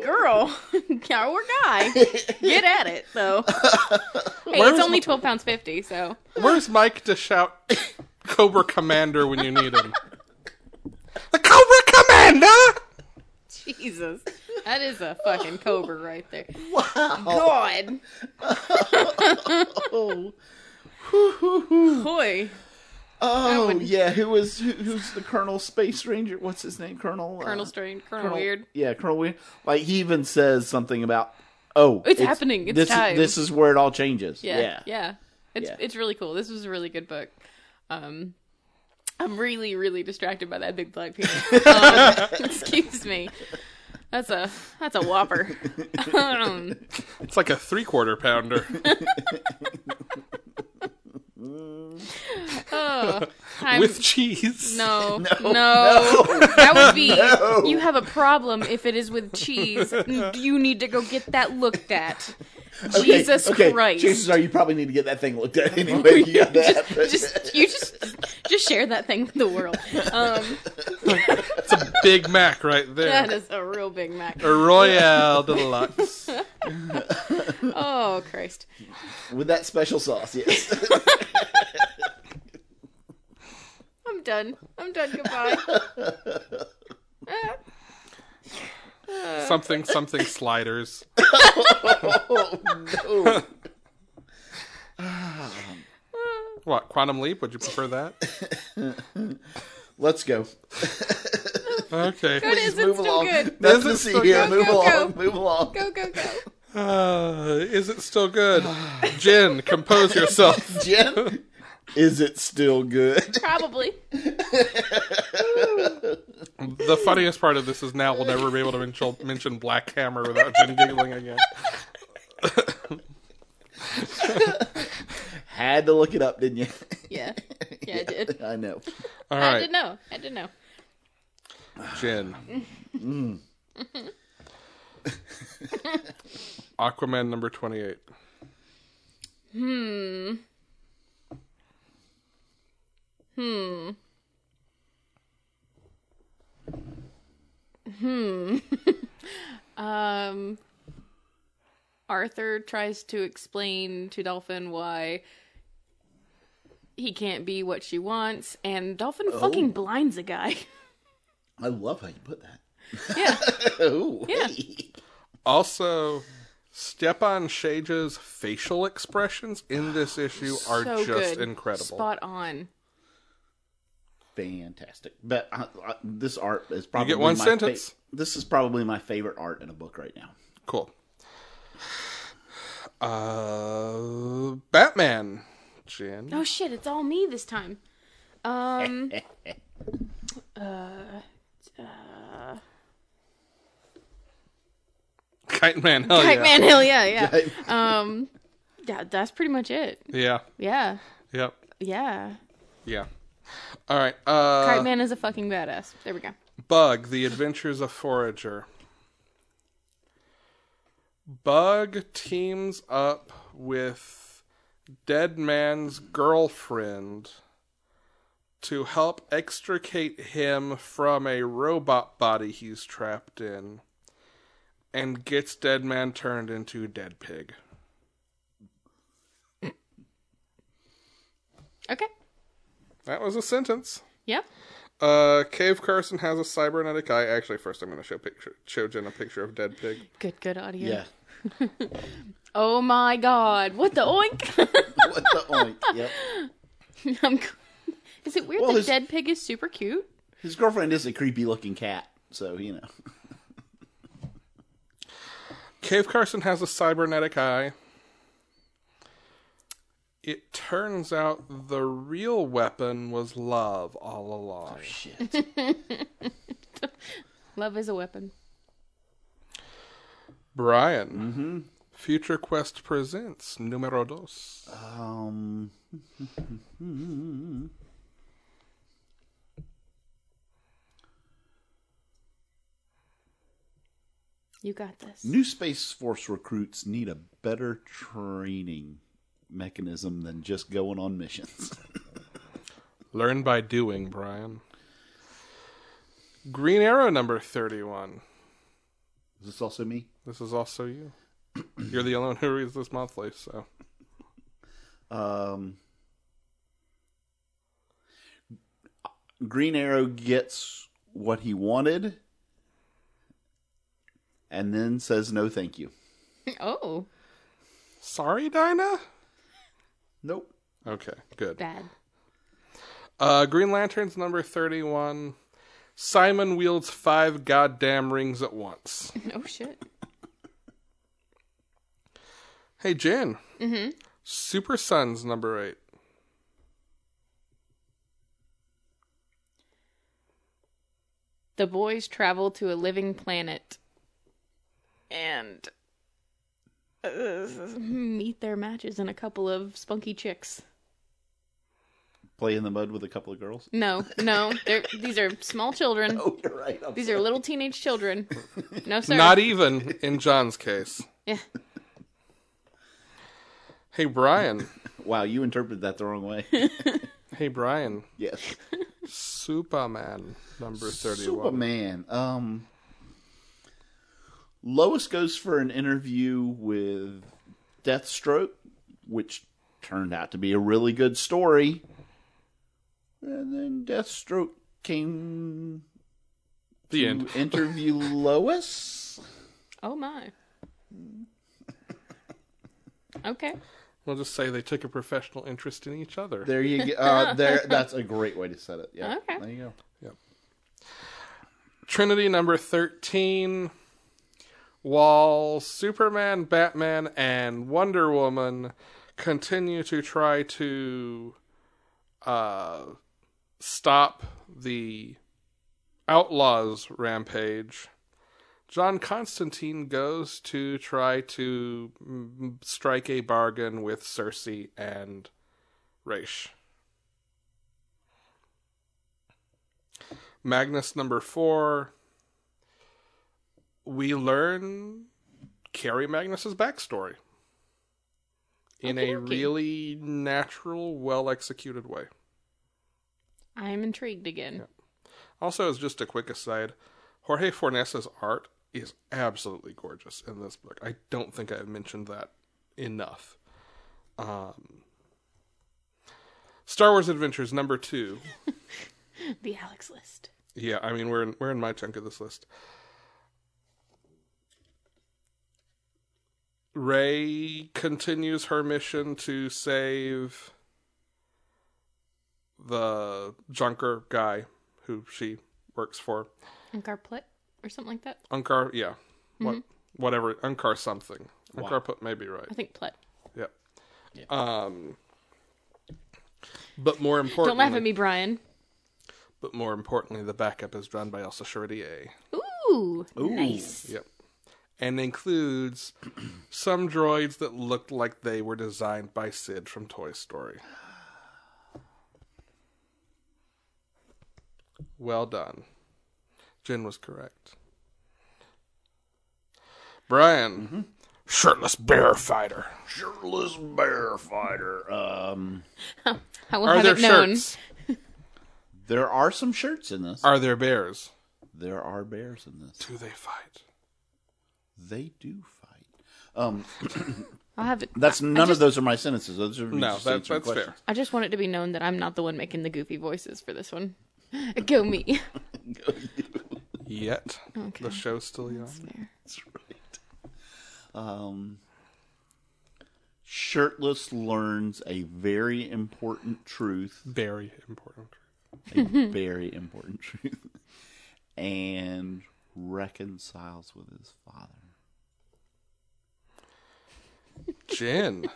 S2: Girl. Guy or guy. Get at it though. Hey,
S1: Where's
S2: it's only
S1: my-
S2: twelve pounds fifty, so
S1: Where's Mike to shout Cobra Commander when you need him? The Cobra Commander!
S2: Jesus. That is a fucking cobra right there.
S3: Wow.
S2: God. Boy.
S3: Oh
S2: would-
S3: yeah, who is who, who's the Colonel Space Ranger? What's his name? Colonel uh,
S2: Colonel Strange, Colonel, Weird.
S3: Yeah, Colonel Weird. Like he even says something about oh,
S2: It's happening, it's
S3: this is-
S2: time.
S3: this is where it all changes.
S2: Yeah.
S3: Yeah,
S2: Yeah. It's
S3: Yeah.
S2: it's really cool. This was a really good book. Um I'm really, really distracted by that big black penis. Um, excuse me. That's a that's a whopper. um,
S1: It's like a three quarter pounder.
S2: oh, I'm,
S1: with cheese.
S2: no, no, That would be you have a problem if it is with cheese. N- You need to go get that looked at.
S3: Okay,
S2: Jesus
S3: okay,
S2: Christ.
S3: Chances are you probably need to get that thing looked at anyway. You got that.
S2: just you just just share that thing with the world. Um,
S1: It's a Big Mac right there.
S2: that is a real Big Mac.
S1: a Royale Deluxe.
S2: Oh Christ!
S3: With that special sauce, yes.
S2: I'm done. I'm done. Goodbye.
S1: something, something sliders.
S3: oh no.
S1: What quantum leap? Would you prefer that?
S3: Let's go.
S1: Okay.
S2: Good is it
S3: move
S2: still
S3: along.
S2: good?
S3: Nothing to
S1: Is it
S3: see
S1: still
S3: here.
S2: good?
S3: Move
S2: Go, go,
S3: along.
S2: go.
S3: Move along.
S2: Go go go!
S1: Uh, is it still good? Jen, compose yourself.
S3: Jen, is it still good?
S2: Probably.
S1: The funniest part of this is now we'll never be able to mention, mention Black Hammer without Jen giggling again.
S3: Had to look it up, didn't you?
S2: Yeah. Yeah, I did.
S3: I know.
S1: All
S2: I
S1: right,
S2: did know. I did know.
S1: Jen. Aquaman number 28.
S2: Um, Arthur tries to explain to Dolphin why he can't be what she wants, and Dolphin
S1: Oh.
S2: fucking blinds a guy.
S3: I love how you put that.
S2: yeah,
S3: Oh,
S2: Yeah.
S3: hey.
S1: Also, Stepan Shage's facial expressions in this issue are
S2: so
S1: just
S2: good.
S1: incredible.
S2: Spot on.
S3: fantastic. But I, I, this art is probably
S1: get one
S3: my
S1: sentence.
S3: fa- this is probably my favorite art in a book right now.
S1: Cool. Uh, Batman. Jen.
S2: Oh shit, it's all me this time.
S1: Oh,
S2: Um,
S1: Kite Man. Hell
S2: Kite
S1: yeah.
S2: Man Hill, yeah, yeah. um, yeah, that's pretty much it.
S1: Yeah.
S2: Yeah,
S1: Yep.
S2: yeah.
S1: Yeah. All right. Uh,
S2: Kite Man is a fucking badass. There we go.
S1: Bug, The Adventures of Forager. Bug teams up with Dead Man's girlfriend to help extricate him from a robot body he's trapped in and gets Dead Man turned into Dead Pig.
S2: Okay.
S1: That was a sentence.
S2: Yep.
S1: Uh, Cave Carson has a cybernetic eye. Actually, first I'm going to show picture show Jen a picture of Dead Pig.
S2: Good, good audio.
S3: Yeah.
S2: Oh my god. What the oink?
S3: what the oink? Yep.
S2: I'm c- is it weird
S3: Well,
S2: that
S3: his-
S2: dead pig is super cute?
S3: His girlfriend is a creepy looking cat, so you know.
S1: Cave Carson has a cybernetic eye. It turns out the real weapon was love all along.
S3: Shit.
S2: Love is a weapon.
S1: Brian, Future Quest presents Numero Dos.
S3: Um.
S2: You got this.
S3: New Space Force recruits need a better training mechanism than just going on missions.
S1: Learn by doing, Brian. Green Arrow number 31.
S3: Is this also me?
S1: This is also you. You're the only one who reads this monthly, so.
S3: Um, Green Arrow gets what he wanted and then says no thank you.
S2: Oh,
S1: Sorry, Dinah?
S3: Nope.
S1: Okay, good.
S2: bad.
S1: Uh, Green Lantern's number 31. Simon wields five goddamn rings at once.
S2: Oh shit.
S1: hey, Jen. Mm-hmm. Super Sons number 8.
S2: The boys travel to a living planet and uh, meet their matches in a couple of spunky chicks.
S3: Play in the mud with a couple of girls.
S2: No, no, they're, these are small children.
S3: Oh, you're right. I'm
S2: These are little teenage children. No sir.
S1: Not even in John's case.
S2: Yeah.
S1: Hey, Brian.
S3: sorry. wow, you interpreted that the wrong way.
S1: hey, Brian.
S3: yes.
S1: Superman number 31.
S3: Superman. Um, Lois goes for an interview with Deathstroke, which turned out to be a really good story. And then Deathstroke came
S1: The
S3: to
S1: end.
S3: interview Lois.
S2: Oh my. Okay.
S1: We'll just say they took a professional interest in each other.
S3: There you go. Uh, there, that's a great way to set it. Yeah.
S2: Okay.
S3: There you go.
S1: Trinity number 13 while Superman, Batman, and Wonder Woman continue to try to uh, stop the outlaws' rampage. John Constantine goes to try to mm, strike a bargain with Cersei and Raish. Magnus number four. We learn Carrie Magnus's backstory in a
S2: Okey-dokey.
S1: really natural, well executed way.
S2: I'm intrigued again.
S1: Also, as just a quick aside, Jorge Fornes's art is absolutely gorgeous in this book. I don't think I've mentioned that enough. Um, Star Wars Adventures number two.
S2: The Alex list.
S1: Yeah, I mean we're in, we're in my chunk of this list. Ray continues her mission to save the junker guy who she works for.
S2: Uncarplet or something like that.
S1: Unkar, yeah. What
S2: Mm-hmm.
S1: whatever Unkar something. Unkar put may be right.
S2: I think plet.
S1: Yep. Um but more
S2: Don't
S1: importantly,
S2: laugh at me, Brian.
S1: but more importantly, the backup is drawn by Elsa Charitier.
S2: Ooh, nice.
S1: Yep. And includes some droids that looked like they were designed by Sid from Toy Story. Well done. Jen was correct. Brian, Mm-hmm. shirtless bear fighter.
S3: Shirtless bear fighter. Um,
S2: I will
S1: Are
S2: have
S1: there
S2: it known.
S1: shirts?
S3: there are some shirts in this.
S1: Are there bears?
S3: there are bears in this.
S1: Do they fight?
S3: They do fight. Um,
S2: I'll have it.
S3: that's none of those are my sentences. Those are
S1: No,
S3: just
S1: that,
S3: answering
S1: that's fair.
S3: questions.
S2: I just want it to be known that I'm not the one making the goofy voices for this one. Go me.
S1: Yet
S2: Okay.
S1: the show's still young.
S3: That's right. Um, shirtless learns a very important truth.
S1: Very important.
S3: a very important truth and reconciles with his father.
S1: Jen.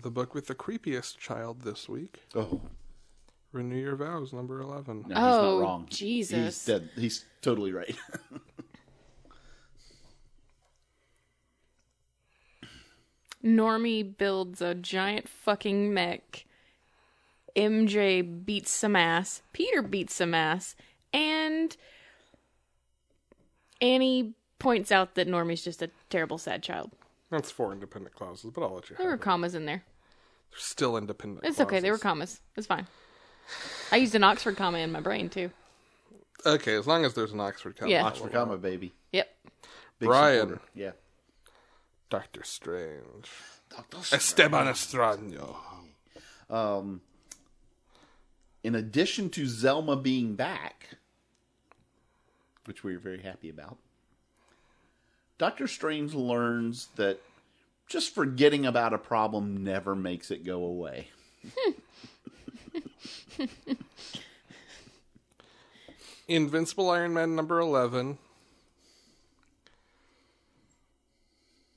S1: the book with the creepiest child this week.
S3: Oh,
S1: Renew Your Vows, number 11.
S3: no, he's
S2: Oh,
S3: not wrong.
S2: Jesus.
S3: He's dead. He's totally right.
S2: Normie builds a giant fucking mech. MJ beats some ass. Peter beats some ass. And Annie points out that Normie's just a terrible sad child.
S1: That's four independent clauses, but I'll let you have
S2: There were
S1: it.
S2: commas in there.
S1: They're still independent
S2: It's okay. They were
S1: clauses.
S2: commas. It's fine. I used an Oxford comma in my brain too.
S1: Okay, as long as there's an Oxford comma.
S2: Yeah.
S3: Oxford comma, baby.
S2: Yep.
S3: Big
S1: Brian.
S3: supporter. Yeah.
S1: Doctor Strange.
S3: Doctor
S1: Esteban Estrano.
S3: Um, in addition to Zelma being back, which we were very happy about, Doctor Strange learns that just forgetting about a problem never makes it go away.
S1: Invincible Iron Man, number 11.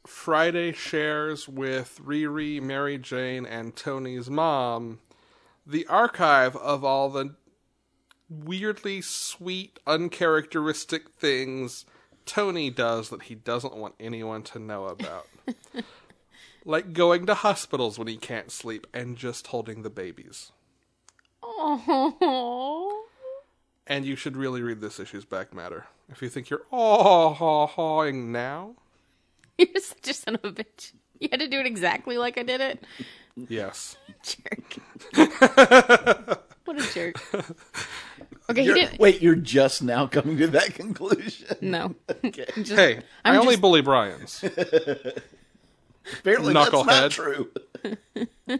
S1: Friday shares with Riri, Mary Jane, and Tony's mom the archive of all the weirdly sweet, uncharacteristic things Tony does that he doesn't want anyone to know about. like going to hospitals when he can't sleep and just holding the babies.
S2: Oh.
S1: And you should really read this issue's back matter. If you think you're oh ha hawing now,
S2: You're such a son of a bitch. You had to do it exactly like I did it.
S1: yes.
S2: Jerk. what a jerk. Okay,
S3: You're-
S2: he didn't.
S3: Wait, you're just now coming to that conclusion.
S2: No.
S3: Okay.
S2: Just-
S1: Hey, i
S2: I'm
S1: only
S2: just-
S1: bully Brian's.
S3: Apparently, that's
S1: Knucklehead.
S3: not true.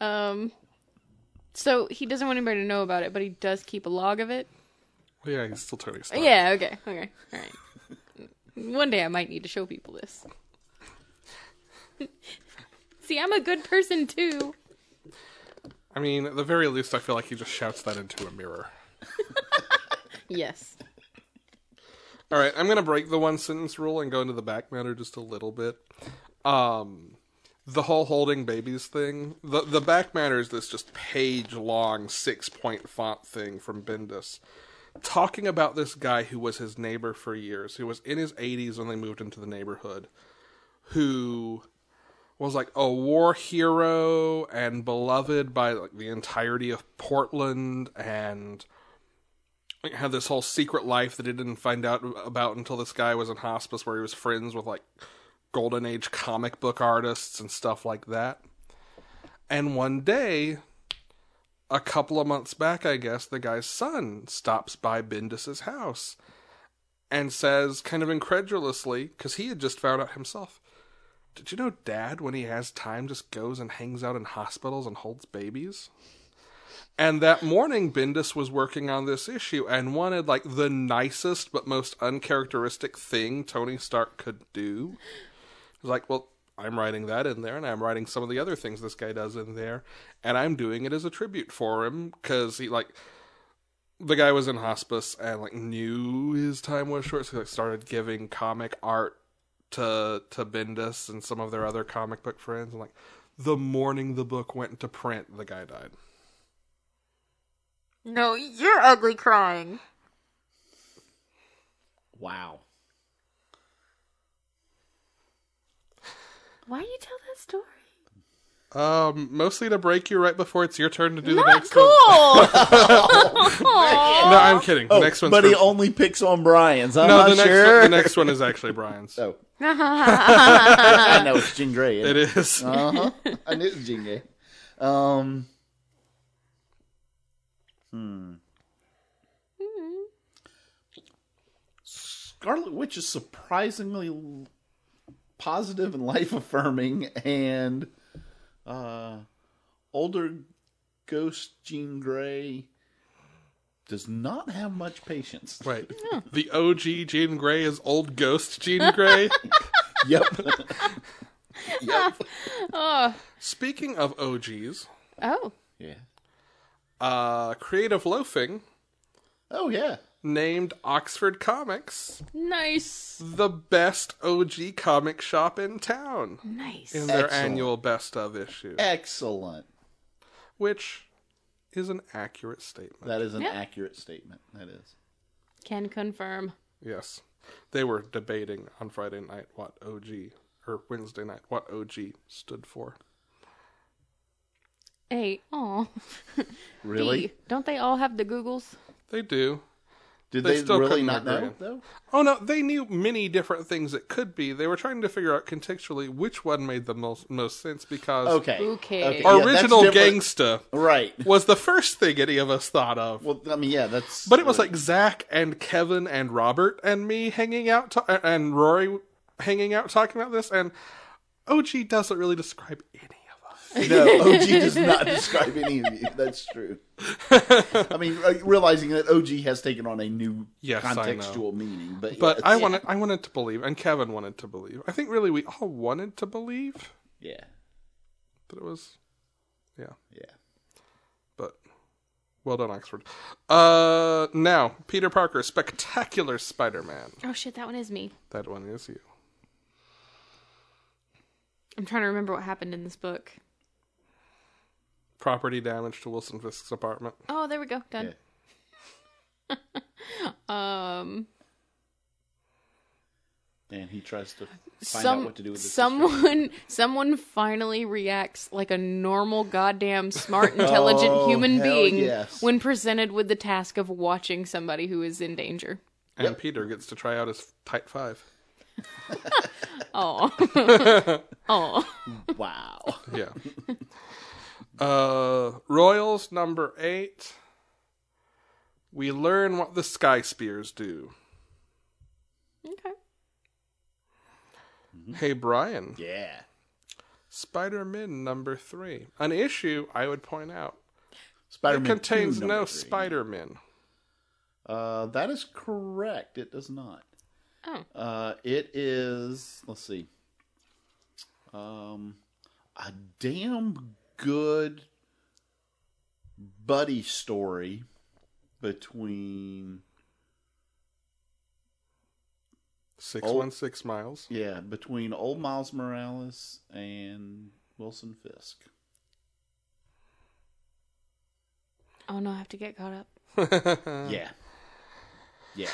S2: um, So he doesn't want anybody to know about it, but he does keep a log of it.
S1: yeah, he's still Tony Stark.
S2: Yeah. Okay. Okay. All right. One day I might need to show people this. See, I'm a good person too.
S1: I mean, at the very least, I feel like he just shouts that into a mirror.
S2: Yes.
S1: All right, I'm going to break the one sentence rule and go into the back matter just a little bit. Um, the whole holding babies thing. The the back matter is this just page long six point font thing from Bendis, talking about this guy who was his neighbor for years, who was in his 80s when they moved into the neighborhood, who was like a war hero and beloved by like the entirety of Portland and like, had this whole secret life that he didn't find out about until this guy was in hospice where he was friends with like golden age comic book artists and stuff like that. And one day, a couple of months back, I guess, the guy's son stops by Bendis's house and says, kind of incredulously, because he had just found out himself, Did you know dad, when he has time, just goes and hangs out in hospitals and holds babies? And that morning, Bendis was working on this issue and wanted like the nicest but most uncharacteristic thing Tony Stark could do. He's like, well, I'm writing that in there, and I'm writing some of the other things this guy does in there, and I'm doing it as a tribute for him because he like the guy was in hospice and like knew his time was short, so he like started giving comic art to to Bendis and some of their other comic book friends, and like the morning the book went to print, the guy died.
S2: No, you're ugly crying.
S3: Wow.
S2: Why do you tell that story?
S1: Um, mostly to break you right before it's your turn to do the
S2: Not
S1: next
S2: cool.
S1: one.
S2: Oh. Aw.
S1: No, I'm kidding. The next one's
S3: Oh, but he
S1: for-
S3: only picks on Brian's. I'm
S1: no,
S3: not
S1: the next
S3: sure.
S1: one, the next one is actually Brian's.
S3: Oh. I know it's Jean Grey.
S1: It is.
S3: Uh huh. I knew it was Jean Grey. Um. hmm. Scarlet Witch is surprisingly l- positive and life affirming, and uh, older ghost Jean Grey does not have much patience.
S1: Wait, the OG Jean Grey is old ghost Jean Grey.
S3: yep. yep.
S2: oh.
S1: Speaking of OGs,
S2: oh,
S3: Yeah.
S1: uh, Creative Loafing
S3: Oh yeah.
S1: named Oxford Comics
S2: nice,
S1: the best OG comic shop in town
S2: nice.
S1: in their
S3: Excellent. Eh.
S1: annual best of issue,
S3: Excellent.
S1: which is an accurate statement.
S3: That is an
S2: Yeah.
S3: accurate statement. That is.
S2: Can confirm.
S1: Yes. They were debating on Friday night what OG or Wednesday night what OG stood for.
S2: Hey, aw.
S3: Really?
S2: Dee, don't they all have the Googles?
S1: They do.
S3: Did
S1: They
S3: they,
S1: still
S3: really
S1: couldn't
S3: not
S1: agree.
S3: know though?
S1: Oh no, they knew many different things it could be. They were trying to figure out contextually which one made the most most sense because
S3: Okay.
S2: Okay.
S3: okay. yeah, that's
S1: original
S3: different.
S1: gangsta
S3: Right.
S1: was the first thing any of us thought of.
S3: Well, I mean, yeah, that's.
S1: But it was like Zach and Kevin and Robert and me hanging out to- and Rory hanging out talking about this and OG doesn't really describe any of us.
S3: no, OG does not describe any of you. That's true. I mean, uh, realizing that OG has taken on a new
S1: Yes, I know.
S3: contextual meaning, but
S1: But
S3: yes,
S1: I
S3: yeah.
S1: wanted I wanted to believe, and Kevin wanted to believe. I think really we all wanted to believe
S3: Yeah,
S1: that it was, yeah.
S3: yeah.
S1: But well done, Oxford. Uh, now Peter Parker, spectacular Spider-Man.
S2: oh shit, that one is me.
S1: That one is you.
S2: I'm trying to remember what happened in this book.
S1: Property damage to Wilson Fisk's apartment.
S2: Oh, there we go. Done. um,
S3: And he tries to find
S2: some
S3: out what to do with this.
S2: someone someone finally reacts like a normal, goddamn, smart, intelligent
S3: Oh,
S2: human
S3: hell
S2: being
S3: yes.
S2: when presented with the task of watching somebody who is in danger.
S1: And Peter gets to try out his tight five.
S2: Oh, oh,
S3: situation. Wow.
S1: Yeah. uh, Royals number eight. We learn what the Sky Spears do.
S2: okay.
S1: Hey Brian.
S3: Yeah.
S1: Spider Man number three. An issue, I would point out,
S3: Spider
S1: it contains no Spider Man.
S3: Uh, that is correct. It does not.
S2: Oh.
S3: Uh, it is. Let's see. Um, a damn good buddy story between
S1: Six
S3: Oh.
S1: one six miles.
S3: yeah between old Miles Morales and Wilson Fisk.
S2: Oh no, I have to get caught up. Uh.
S3: yeah, yeah.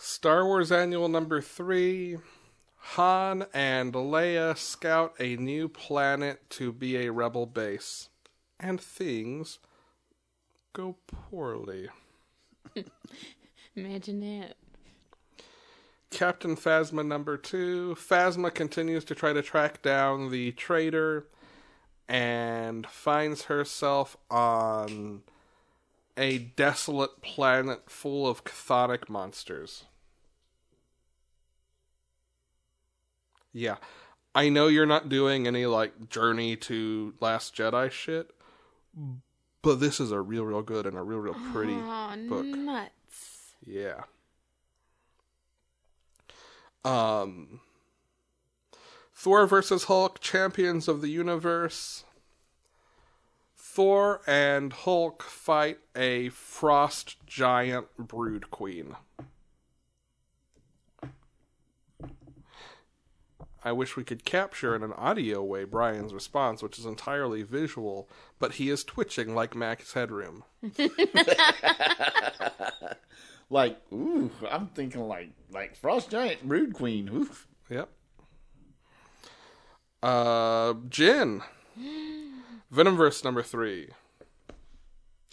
S1: Star Wars Annual number three. Han and Leia scout a new planet to be a rebel base, and things go poorly.
S2: Imagine that.
S1: Captain Phasma number two. Phasma continues to try to track down the traitor and finds herself on a desolate planet full of cathodic monsters. Yeah. I know you're not doing any like journey to Last Jedi shit, but this is a real, real good and a real, real pretty
S2: Aw,
S1: book.
S2: nuts.
S1: Yeah. Um Thor versus Hulk, Champions of the Universe. Thor and Hulk fight a frost giant brood queen. I wish we could capture in an audio way Brian's response, which is entirely visual, but he is twitching like Mac's headroom.
S3: Like, ooh, I'm thinking like like Frost Giant, Brood Queen. Oof.
S1: Yep. Uh, Jin. Venomverse number three.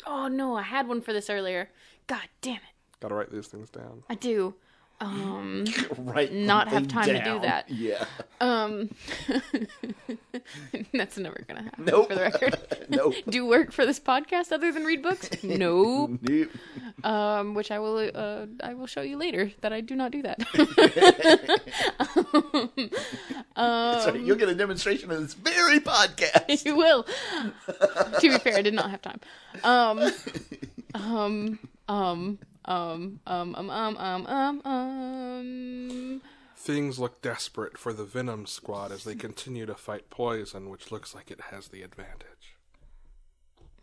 S2: Oh no, I had one for this earlier. God damn it.
S1: Gotta write these things down.
S2: I do. Um
S3: Right.
S2: Not have
S3: thing
S2: time to do that.
S3: Yeah.
S2: um That's never gonna happen
S3: Nope.
S2: for the record.
S3: Nope.
S2: Do work for this podcast other than read books? Nope.
S3: Nope.
S2: um, which I will uh, I will show you later that I do not do that.
S3: Sorry, you'll get a demonstration of this very podcast.
S2: you will. to be fair, I did not have time. Um, um, um, um, um, um, um, um, um, um.
S1: Things look desperate for the Venom squad as they continue to fight poison, which looks like it has the advantage.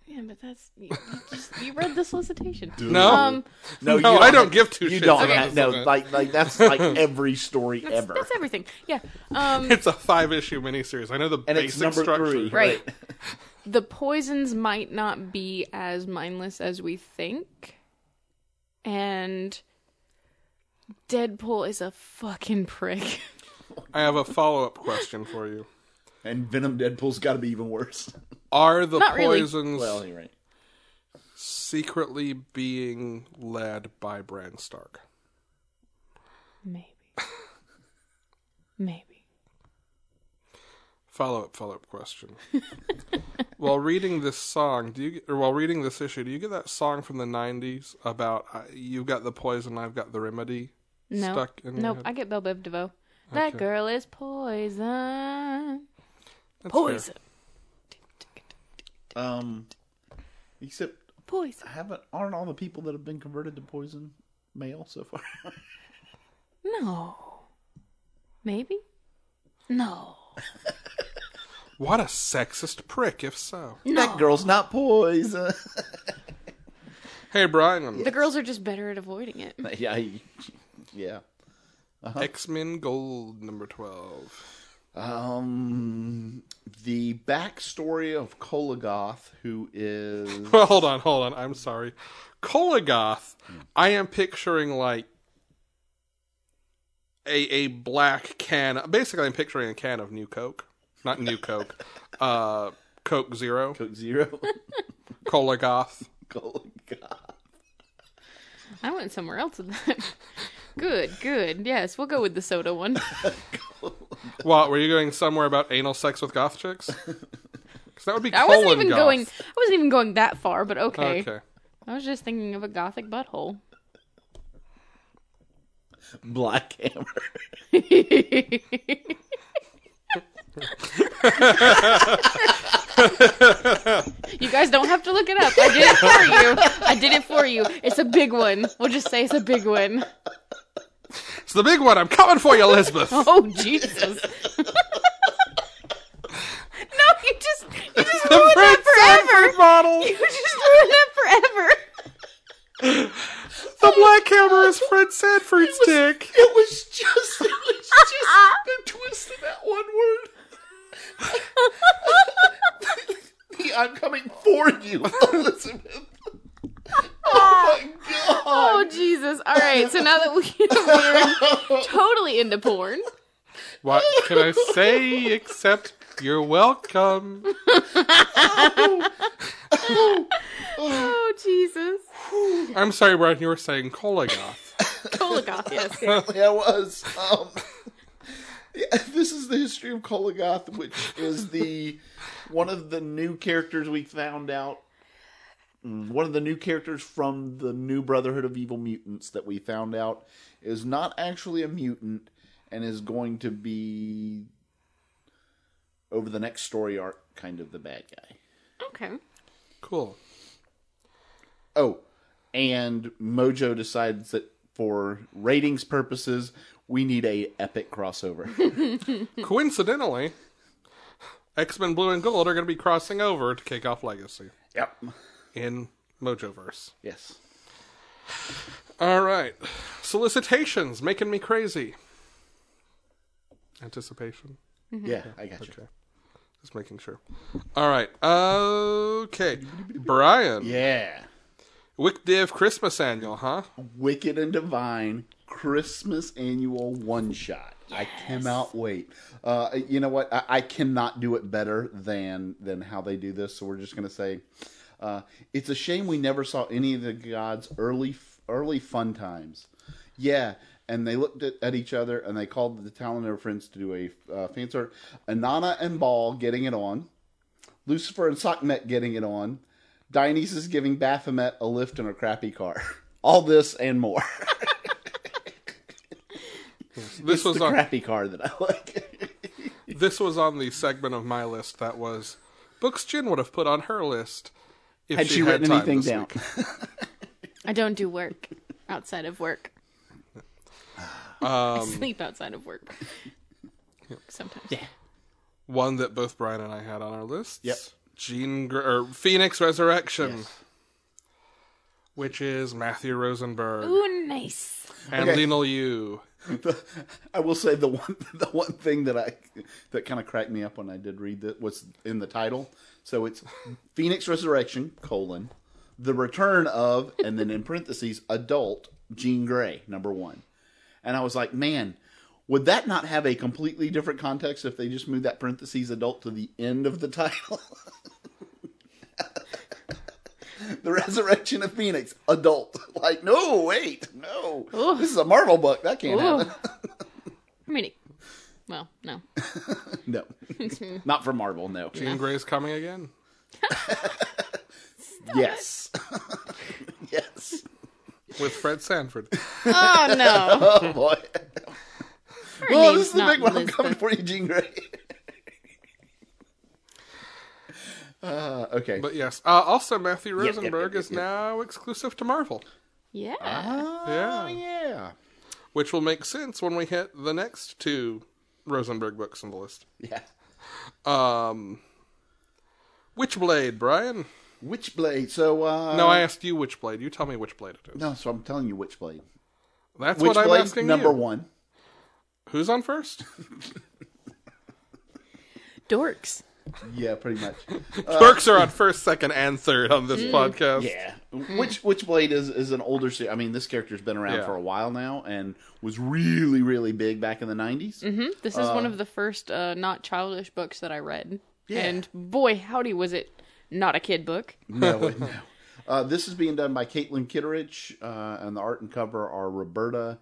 S2: Yeah, but that's you, you just you read the solicitation.
S1: No.
S2: Um,
S3: No,
S1: No, I don't give two
S3: You
S1: shits
S3: don't.
S1: about
S3: have-
S1: this
S3: no,
S1: event.
S3: like like that's like every story
S2: that's,
S3: ever,
S2: that's everything. Yeah. Um,
S1: It's a five issue miniseries. I know the
S3: and it's
S1: basic
S3: number
S1: structure.
S3: three.
S2: Right. the poisons might not be as mindless as we think. And Deadpool is a fucking prick.
S1: I have a follow up question for you.
S3: And Venom Deadpool's got to be even worse.
S1: Are the
S2: Not really.
S1: poisons
S3: Well, you're right.
S1: secretly being led by Bran Stark?
S2: Maybe. Maybe.
S1: Follow up, follow up question. while reading this song, do you get- or while reading this issue, do you get that song from the '90s about uh, "You've got the poison, I've got the remedy"?
S2: No.
S1: Stuck in your
S2: nope.
S1: head.
S2: I get Belle Biv DeVoe. That
S1: Okay.
S2: girl is poison.
S1: That's fair.
S2: Poison.
S3: Um, except
S2: Poison.
S3: haven't aren't all the people that have been converted to poison male so far?
S2: No. Maybe? No.
S1: What a sexist prick! If so,
S3: That girl's not poison.
S1: hey Brian,
S2: The girls are just better at avoiding it.
S3: yeah, he- yeah.
S1: X Men Gold number twelve.
S3: Um, the backstory of Kolagoth, who is
S1: Well, hold on, hold on. I'm sorry, Kolagoth. I am picturing like a a black can. Basically, I'm picturing a can of New Coke, not New Coke, uh, Coke Zero.
S3: Coke Zero.
S1: Cola Goth.
S3: Kolagoth.
S2: I went somewhere else with that. good, good. Yes, we'll go with the soda one.
S1: What, were you going somewhere about anal sex with goth chicks? 'Cause that would be
S2: I wasn't
S1: colon
S2: even
S1: goth.
S2: going. I wasn't even going that far, but okay.
S1: Okay.
S2: I was just thinking of a gothic butthole.
S3: Black Hammer.
S2: you guys don't have to look it up. I did it for you. I did it for you. It's a big one. We'll just say it's a big one.
S1: It's the big one. I'm coming for you, Elizabeth.
S2: Oh Jesus! no, you just you just
S1: the
S2: ruined
S1: Fred
S2: that
S1: Sanford
S2: forever.
S1: model.
S2: You just ruined that forever.
S1: The black hammer is Fred Sanford's dick.
S3: It was just, it was just the twist of that one word. The I'm coming for you, Elizabeth. Oh my
S2: Oh
S3: god!
S2: Jesus! All right, so now that we we're totally into porn,
S1: What can I say except you're welcome?
S2: oh Jesus,
S1: I'm sorry, Brian, you were saying Kolagoth.
S2: Kolagoth, yes,
S3: Yeah, it was. Um, yeah, this is the history of Kolagoth, which is the one of the new characters we found out. mm, One of the new characters from the new Brotherhood of Evil Mutants that we found out is not actually a mutant and is going to be over the next story arc kind of the bad guy.
S2: okay.
S1: Cool.
S3: Oh, and Mojo decides that for ratings purposes, we need a epic crossover.
S1: Coincidentally, X Men Blue and Gold are going to be crossing over to kick off Legacy
S3: yep.
S1: in Mojoverse.
S3: Yes.
S1: All right. Solicitations making me crazy. Anticipation.
S3: Yeah, I got you.
S1: Mm-hmm. Okay. Just making sure. All right. Okay. Brian.
S3: Yeah.
S1: Wick Div Christmas Annual, huh?
S3: Wicked and Divine Christmas annual one shot. I cannot wait. Uh, you know what? I, I cannot do it better than than how they do this. So we're just gonna say, uh, it's a shame we never saw any of the gods early early fun times. Yeah. And they looked at, at each other and they called the Talon and their friends to do a uh, fan sort. Anana and Ball getting it on. Lucifer and Sokmet getting it on. Dionysus giving Baphomet a lift in a crappy car. All this and more.
S1: This
S3: it's
S1: was
S3: the
S1: on
S3: crappy car that I like.
S1: this was on the segment of my list that was books Jin would have put on her list if
S3: Had she, written
S1: time
S3: anything
S1: this
S3: down?
S1: week.
S2: I don't do work outside of work.
S3: Um,
S2: I sleep outside of work sometimes.
S1: One that both Brian and I had on our list.
S3: Yep.
S1: Jean Gr- or Phoenix Resurrection, which is Matthew Rosenberg
S2: Ooh, nice.
S1: and
S3: Okay.
S1: Lionel Yu.
S3: The- I will say the one the one thing that I that kind of cracked me up when I did read that was in the title. So it's Phoenix Resurrection colon the return of and then in parentheses adult Jean Grey number one, and I was like, man, would that not have a completely different context if they just moved that parentheses adult to the end of the title? the resurrection of Phoenix adult. Like, no, wait, no,
S2: Ooh.
S3: this is a Marvel book that
S2: Ooh.
S3: can't happen.
S2: I mean, it, well, no.
S3: No, not for Marvel. No.
S1: Jean Grey's coming again.
S3: Yes. yes.
S1: With Fred Sanford.
S2: Oh no.
S3: Oh boy.
S2: Her
S3: Well,
S2: name's
S3: this is the
S2: not
S3: big one. I'm coming
S2: Lisbeth.
S3: for you, Jean Grey. uh, okay.
S1: But yes. Uh, also, Matthew
S3: yep,
S1: Rosenberg
S3: yep,
S1: is
S3: yep.
S1: now exclusive to Marvel,
S2: Yeah.
S3: oh
S1: Yeah.
S3: yeah. yeah.
S1: which will make sense when we hit the next two Rosenberg books on the list. Um, Witchblade, Brian.
S3: Witchblade. So uh,
S1: No, I asked you which blade. You tell me which blade it is.
S3: no. So I'm telling you, Witchblade.
S1: That's what I'm
S3: Witchblade's
S1: asking
S3: number
S1: you.
S3: one.
S1: Who's on first?
S2: Dorks.
S3: Yeah, pretty much.
S1: Burks are on first, second, and third on this podcast.
S3: Uh, Mm, Yeah, Witch Witchblade is is an older series. I mean, this character's been around
S1: Yeah.
S3: for a while now and was really really big back in the 90s
S2: hmm This is one of the first uh, not childish books that I read.
S3: Yeah.
S2: And boy, howdy, was it not a kid book.
S3: no, no. Uh, this is being done by Caitlin Kitteridge, uh, and the art and cover are Roberta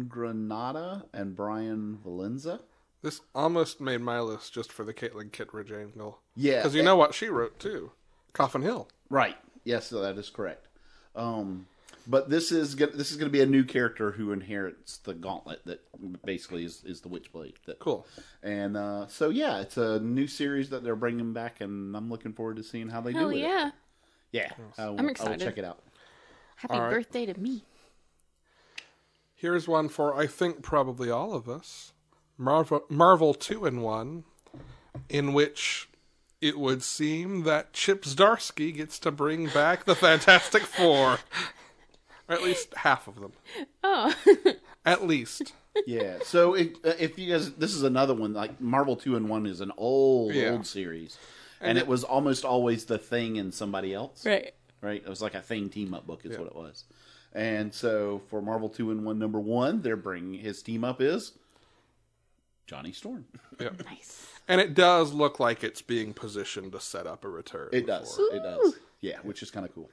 S3: Ingranata and Brian Valenza.
S1: This almost made my list just for the Caitlin Kittredge angle.
S3: Yeah,
S1: Because you know what she wrote too Coffin Hill.
S3: right. Yes, so that is correct. Um, but this is gonna, this is going to be a new character who inherits the gauntlet that basically is, is the Witchblade. That,
S1: Cool.
S3: And uh, so yeah, it's a new series that they're bringing back, and I'm looking forward to seeing how they do
S2: Hell
S3: with it.
S2: yeah.
S3: Yeah, I will, I will
S2: excited.
S3: check it out.
S2: Happy
S1: All right.
S2: birthday to me.
S1: Here's one for I think probably all of us. Marvel Marvel 2 in 1 in which it would seem that Chip Zdarsky gets to bring back the Fantastic 4. Or at least half of them.
S2: Oh,
S1: At least.
S3: yeah. So if if you guys, this is another one like Marvel Two and One is an old
S1: Yeah.
S3: old series, and, it was almost always the thing and somebody else,
S2: right.
S3: Right? It was like a thing team up book is what it was. And so for Marvel Two and One number one, they're bringing his team up is Johnny Storm.
S2: Nice.
S1: And it does look like it's being positioned to set up a return.
S3: It does.
S1: for-
S3: It does. Yeah, which is kind of cool.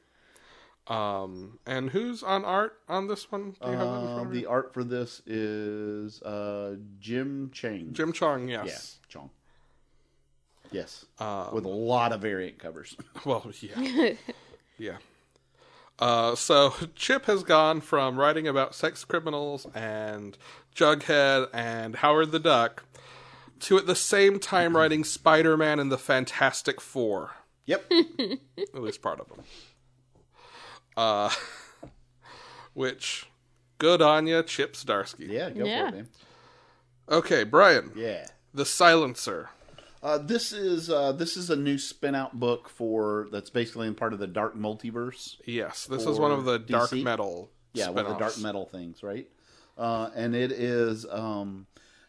S1: Um, and who's on art on this one? Do you have that in front
S3: Um,
S1: of
S3: the
S1: you?
S3: art for this is uh, Jim Chang.
S1: Jim Chong,
S3: Yeah,
S1: yes.
S3: Chong. Yes,
S1: Um,
S3: with a lot of variant covers.
S1: Well, yeah. yeah. Uh, so Chip has gone from writing about sex criminals and Jughead and Howard the Duck to at the same time writing Spider Man and the Fantastic Four,
S3: yep.
S1: at least part of them. Uh, which, good on ya, Chip Starsky.
S3: Yeah, go
S2: Yeah.
S3: for it, man.
S1: Okay, Brian,
S3: Yeah.
S1: The Silencer.
S3: Uh, this is uh, this is a new spin out book for that's basically in part of the dark multiverse.
S1: Yes, this is one of the
S3: Or
S1: dark
S3: DC?
S1: metal.
S3: Yeah, one of the dark
S1: spin-offs.
S3: metal things, right? Uh, and it is um,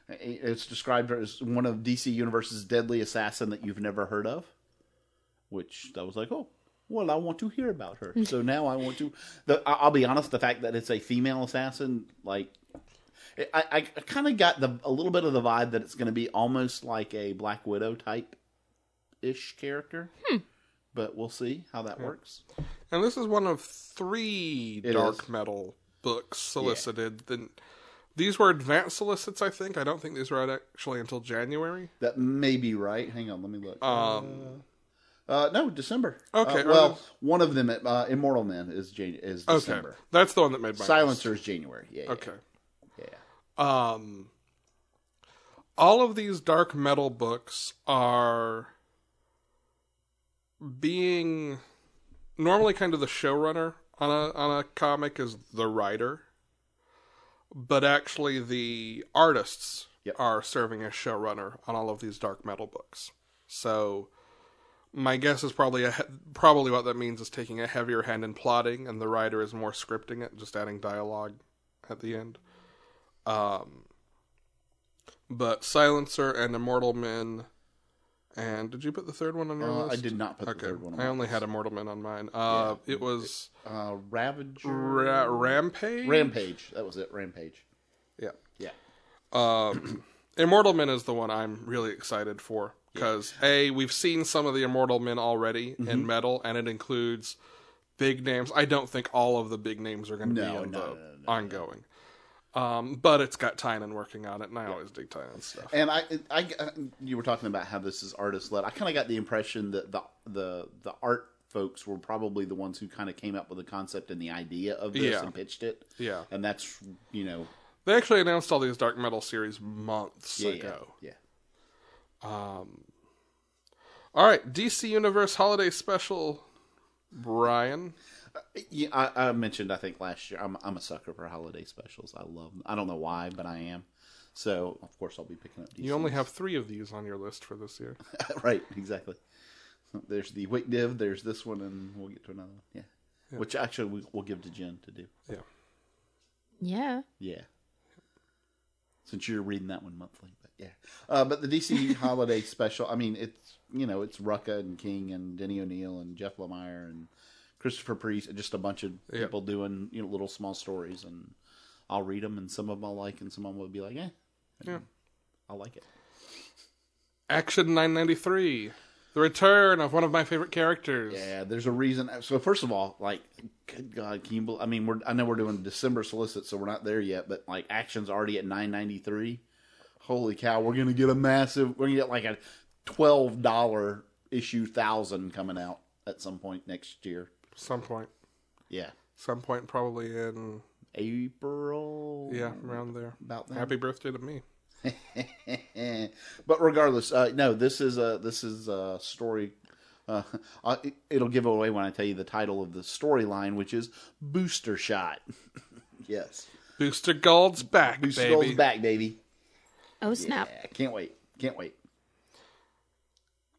S3: it- it's described as one of DC Universe's deadly assassin that you've never heard of. Which I was like, oh, well, I want to hear about her. so now I want to. The, I- I'll be honest, the fact that it's a female assassin, like, I, I, I kind of got the a little bit of the vibe that it's going to be almost like a Black Widow type ish character. But we'll see how that works.
S1: And this is one of three
S3: It
S1: dark
S3: is.
S1: metal books solicited. Then these were advanced solicits, I think. I don't think these were out actually until January.
S3: That may be right. Hang on, let me look.
S1: Um,
S3: Uh, no, December.
S1: Okay,
S3: Uh,
S1: are
S3: well,
S1: those-
S3: one of them, uh, Immortal Men, is Jan- is
S1: okay,
S3: December.
S1: that's the one that made my
S3: Silencer is January. Yeah. yeah,
S1: List. Okay.
S3: Yeah.
S1: Um, all of these dark metal books are being normally kind of the showrunner on a on a comic is the writer, but actually the artists
S3: Yep.
S1: are serving as showrunner on all of these dark metal books. So my guess is probably a he- probably what that means is taking a heavier hand in plotting, and the writer is more scripting it, just adding dialogue at the end. Um, but Silencer and Immortal Men, and did you put the third one on your
S3: Uh, I
S1: list?
S3: did not put the
S1: Okay,
S3: third one. on
S1: I
S3: my
S1: only had Immortal Men on mine. Uh, it was
S3: list. uh, Ravager.
S1: Ra- Rampage.
S3: Rampage. That was it. Rampage.
S1: Yeah.
S3: Yeah.
S1: Um, Immortal Men is the one I'm really excited for because a we've seen some of the Immortal Men already
S3: Mm-hmm.
S1: in metal, and it includes big names. I don't think all of the big names are going to be
S3: No,
S1: in
S3: no,
S1: the
S3: no, no, no,
S1: ongoing. Um, but it's got Tynan working on it, and I always dig Tynan stuff.
S3: And I, I, uh, you were talking about how this is artist led. I kind of got the impression that the the the art folks were probably the ones who kind of came up with the concept and the idea of this
S1: Yeah.
S3: and pitched it.
S1: Yeah.
S3: And that's you know
S1: They actually announced all these dark metal series months
S3: yeah, yeah
S1: ago.
S3: yeah.
S1: All right, DC Universe Holiday Special, Brian.
S3: Yeah, I, I mentioned I think last year I'm I'm a sucker for holiday specials. I love them. I don't know why, but I am. So of course I'll be picking up. DC.
S1: You only have three of these on your list for this year.
S3: right, exactly. There's the Wick Div. There's this one, and we'll get to another one. Yeah, which actually we, we'll give to Jen to do.
S1: Yeah.
S2: Yeah.
S3: Yeah, since you're reading that one monthly, but yeah. Uh, but the DC holiday special. I mean, it's you know it's Rucka and King and Denny O'Neill and Jeff Lemire and Christopher Priest and just a bunch of
S1: Yeah.
S3: people doing you know little small stories and I'll read them and some of them I'll like and some of them will be like eh
S1: Yeah.
S3: I like it.
S1: Action 993. The return of one of my favorite characters.
S3: Yeah, there's a reason. So first of all, like, good God, can you bel I mean, we're I know we're doing December solicit, so we're not there yet, but like, action's already at nine ninety three. Holy cow, we're gonna get a massive. We're gonna get like a twelve dollar issue thousand coming out at some point next year.
S1: Some point.
S3: Yeah,
S1: Some point probably in
S3: April.
S1: yeah, around there.
S3: Mm, about that.
S1: Happy birthday to me.
S3: but regardless, uh, no, this is a this is a story. Uh, uh, it, it'll give away when I tell you the title of the storyline, which is Booster Shot. yes,
S1: Booster Gold's back,
S3: Booster
S1: baby.
S3: Gold's back, baby.
S2: Oh snap!
S3: Yeah, can't wait. Can't wait.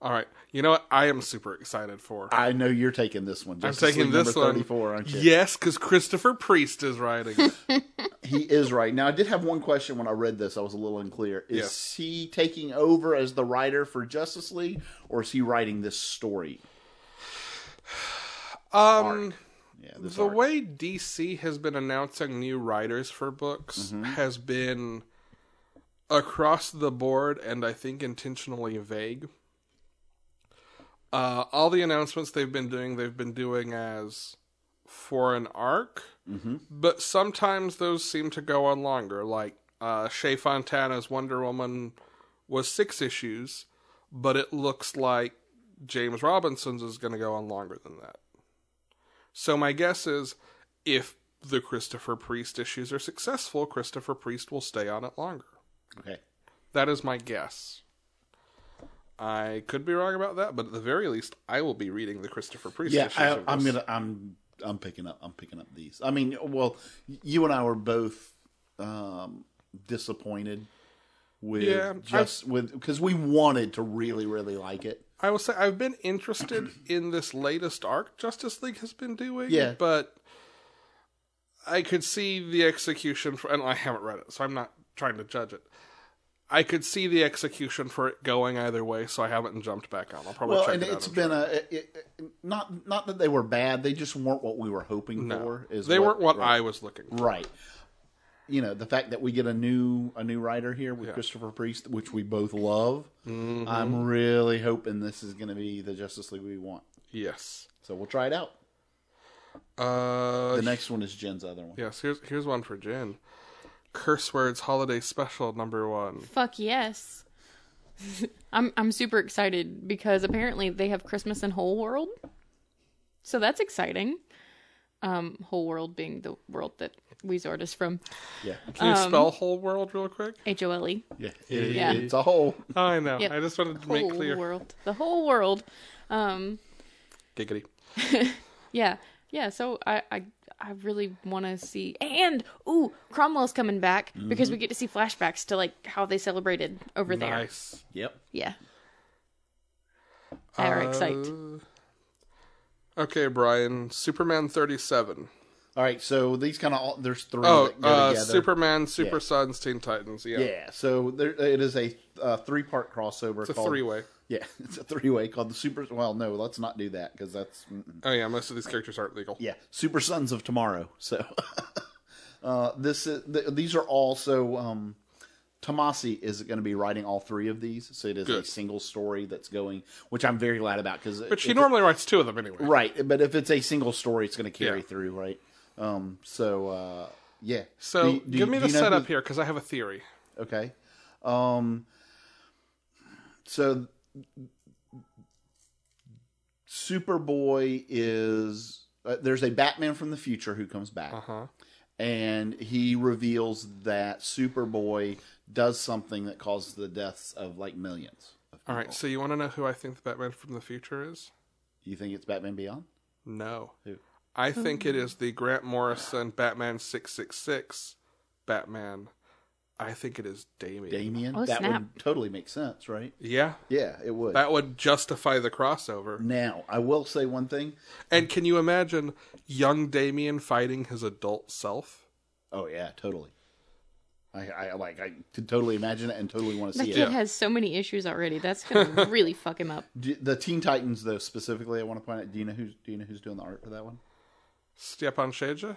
S1: All right. You know what? I am super excited for.
S3: I know you're taking this one. Justice
S1: taking
S3: League
S1: this
S3: number
S1: one.
S3: 34, aren't you?
S1: Yes, because Christopher Priest is writing it.
S3: He is right. Now, I did have one question when I read this. I was a little unclear. Is
S1: Yes.
S3: he taking over as the writer for Justice League, or is he writing this story?
S1: Um,
S3: Yeah, this
S1: the
S3: arc.
S1: way DC has been announcing new writers for books
S3: Mm-hmm.
S1: has been across the board and I think intentionally vague. Uh, all the announcements they've been doing, they've been doing as for an arc,
S3: Mm-hmm.
S1: but sometimes those seem to go on longer. Like uh, Shea Fontana's Wonder Woman was six issues, but it looks like James Robinson's is going to go on longer than that. So my guess is if the Christopher Priest issues are successful, Christopher Priest will stay on it longer.
S3: Okay.
S1: That is my guess. I could be wrong about that, but at the very least, I will be reading the Christopher Priest
S3: Yeah,
S1: issues.
S3: I,
S1: of
S3: I'm
S1: this.
S3: gonna. I'm. I'm picking up. I'm picking up these. I mean, well, you and I were both um, disappointed with
S1: Yeah, I-
S3: just with because we wanted to really, really like it.
S1: I will say I've been interested in this latest arc Justice League has been doing,
S3: Yeah.
S1: but I could see the execution for, and I haven't read it, so I'm not trying to judge it. I could see the execution for it going either way, so I haven't jumped back on. I'll probably
S3: well,
S1: check
S3: and
S1: it out
S3: it's
S1: and
S3: been a it, it- not not that they were bad. They just weren't what we were hoping
S1: No.
S3: for. Is
S1: they weren't what
S3: right.
S1: I was looking for.
S3: Right. You know, the fact that we get a new a new writer here with Christopher Priest, which we both love.
S1: Mm-hmm.
S3: I'm really hoping this is going to be the Justice League we want.
S1: Yes.
S3: So we'll try it out.
S1: Uh,
S3: The next one is Jen's other one.
S1: yes. Here's here's one for Jen. Curse words holiday special number one.
S2: Fuck yes. I'm I'm super excited because apparently they have Christmas in Whole World. So that's exciting. Um, whole world being the world that Weezord is from.
S3: Yeah.
S1: Can
S2: Um,
S1: you spell whole world real quick?
S2: H O L E.
S3: Yeah.
S2: Yeah.
S3: It's a whole.
S1: I know.
S2: Yep.
S1: I just wanted to
S2: Whole
S1: make clear.
S2: world. The whole world. Um,
S1: Giggity.
S2: yeah. Yeah, so I I, I really want to see and ooh, Cromwell's coming back because we get to see flashbacks to like how they celebrated over there.
S1: Mm-hmm. Nice. Uh,
S3: Yep.
S2: Yeah. Our excite.
S1: Okay, Brian. Superman 37.
S3: All right. So these kind of all, there's three
S1: Oh,
S3: that go
S1: uh,
S3: together.
S1: Superman, Super
S3: Yeah.
S1: Sons, Teen Titans. Yeah.
S3: Yeah. So there, it is a uh, three part crossover.
S1: It's a three way.
S3: Yeah. It's a three way called the Super. Well, no, let's not do that because that's. mm-mm.
S1: Oh, yeah. Most of these characters aren't legal.
S3: yeah, Super Sons of Tomorrow. So uh, this is, th- these are all so um, Tomasi is going to be writing all three of these. So it is a
S1: Good.
S3: single story that's going, which I'm very glad about because
S1: But she normally writes two of them anyway.
S3: right. But if it's a single story, it's going to carry
S1: Yeah.
S3: through, right? Um, so uh, yeah.
S1: So
S3: Do- do-
S1: give me
S3: do
S1: the
S3: you know
S1: setup
S3: who-
S1: here because I have a theory.
S3: Okay. Um. So, Superboy is uh, there's a Batman from the future who comes back,
S1: Uh-huh.
S3: and he reveals that Superboy does something that causes the deaths of like millions. Of
S1: All right. So you want to know who I think the Batman from the future is?
S3: You think it's Batman Beyond?
S1: No.
S3: Who?
S1: I think it is the Grant Morrison Batman 666 Batman. I think it is Damien.
S3: Damien?
S2: Oh,
S3: that
S2: snap.
S3: would totally make sense, right?
S1: Yeah.
S3: Yeah, it would.
S1: That would justify the crossover.
S3: now, I will say one thing.
S1: And can you imagine young Damien fighting his adult self?
S3: Oh yeah, totally. I, I like I could totally imagine it and totally want to
S2: That
S3: see it.
S2: kid has so many issues already. That's gonna really fuck him up.
S3: Do, the Teen Titans, though, specifically, I want to point out. Do you know who's Do you know who's doing the art for that one?
S1: Stepan Shaja?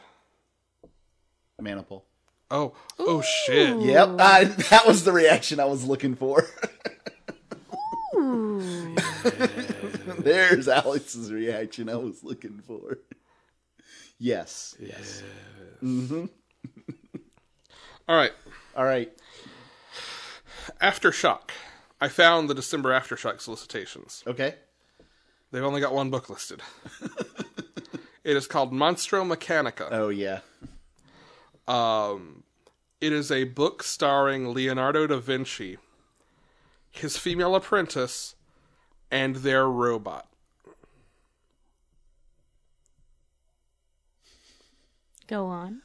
S3: Manipul.
S1: Oh, oh shit.
S3: Yep, I, that was the reaction I was looking for. There's Alex's reaction I was looking for. Yes. Yes.
S1: All right.
S3: All right.
S1: Aftershock. I found the December Aftershock solicitations.
S3: Okay.
S1: They've only got one book listed. it is called Monstro Mechanica.
S3: Oh yeah.
S1: It is a book starring Leonardo da Vinci, his female apprentice, and their robot.
S2: Go on.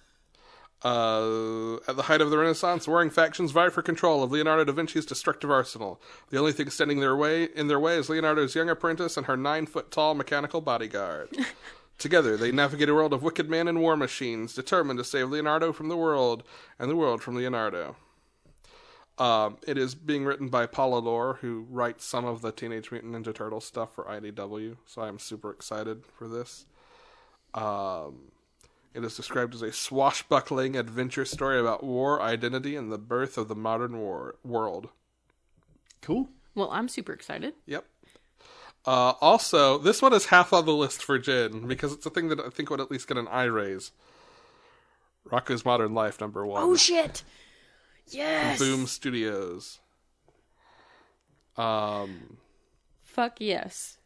S1: Uh, at the height of the Renaissance, warring factions vie for control of Leonardo da Vinci's destructive arsenal. The only thing standing their way in their way is Leonardo's young apprentice and her nine-foot-tall mechanical bodyguard. Together, they navigate a world of wicked men and war machines, determined to save Leonardo from the world and the world from Leonardo. Um, it is being written by Paula Lore, who writes some of the Teenage Mutant Ninja Turtle stuff for IDW, so I'm super excited for this. Um, it is described as a swashbuckling adventure story about war, identity, and the birth of the modern war- world.
S3: Cool.
S2: Well, I'm super excited.
S1: Yep. Uh, also, this one is half on the list for Jin because it's a thing that I think would at least get an eye raise. Raku's Modern Life number one.
S2: Oh shit! Yes.
S1: Boom Studios. Um,
S2: Fuck yes.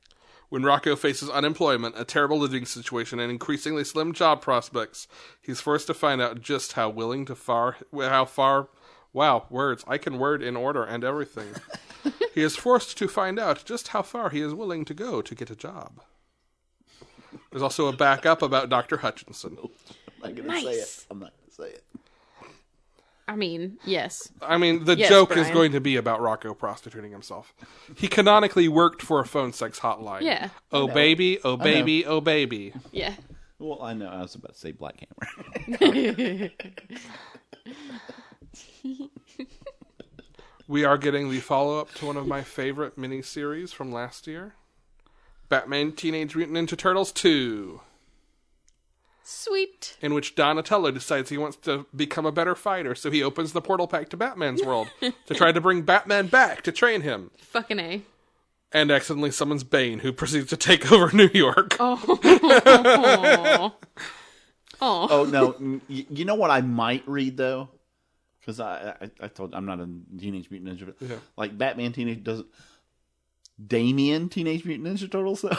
S1: when Rocco faces unemployment, a terrible living situation, and increasingly slim job prospects, he's forced to find out just how willing to far how far. Wow, words! I can word in order and everything. he is forced to find out just how far he is willing to go to get a job. There's also a backup about Doctor Hutchinson.
S3: I'm not gonna say it.
S2: Nice.
S3: I'm not gonna say it.
S2: I mean, yes.
S1: I mean, the
S2: Yes,
S1: joke is
S2: Brian.
S1: going to be about Rocco prostituting himself. He canonically worked for a phone sex hotline.
S2: Yeah.
S1: Oh baby, oh baby, oh baby.
S2: Yeah.
S3: Well, I know. I was about to say Black Hammer.
S1: We are getting the follow up to one of my favorite miniseries from last year, Batman: Teenage Mutant Ninja Turtles Two,
S2: Sweet.
S1: in which Donatello decides he wants to become a better fighter, so he opens the portal pack to Batman's world to try to bring Batman back to train him,
S2: Fucking A.
S1: and accidentally summons Bane, who proceeds to take over New York.
S2: Oh. oh.
S1: Uh,
S3: oh no! N- y- You know what I might read though, because I, I I told I'm not a Teenage Mutant Ninja. Turtle. Like Batman Teenage doesn't. Damien Teenage Mutant Ninja Turtles though.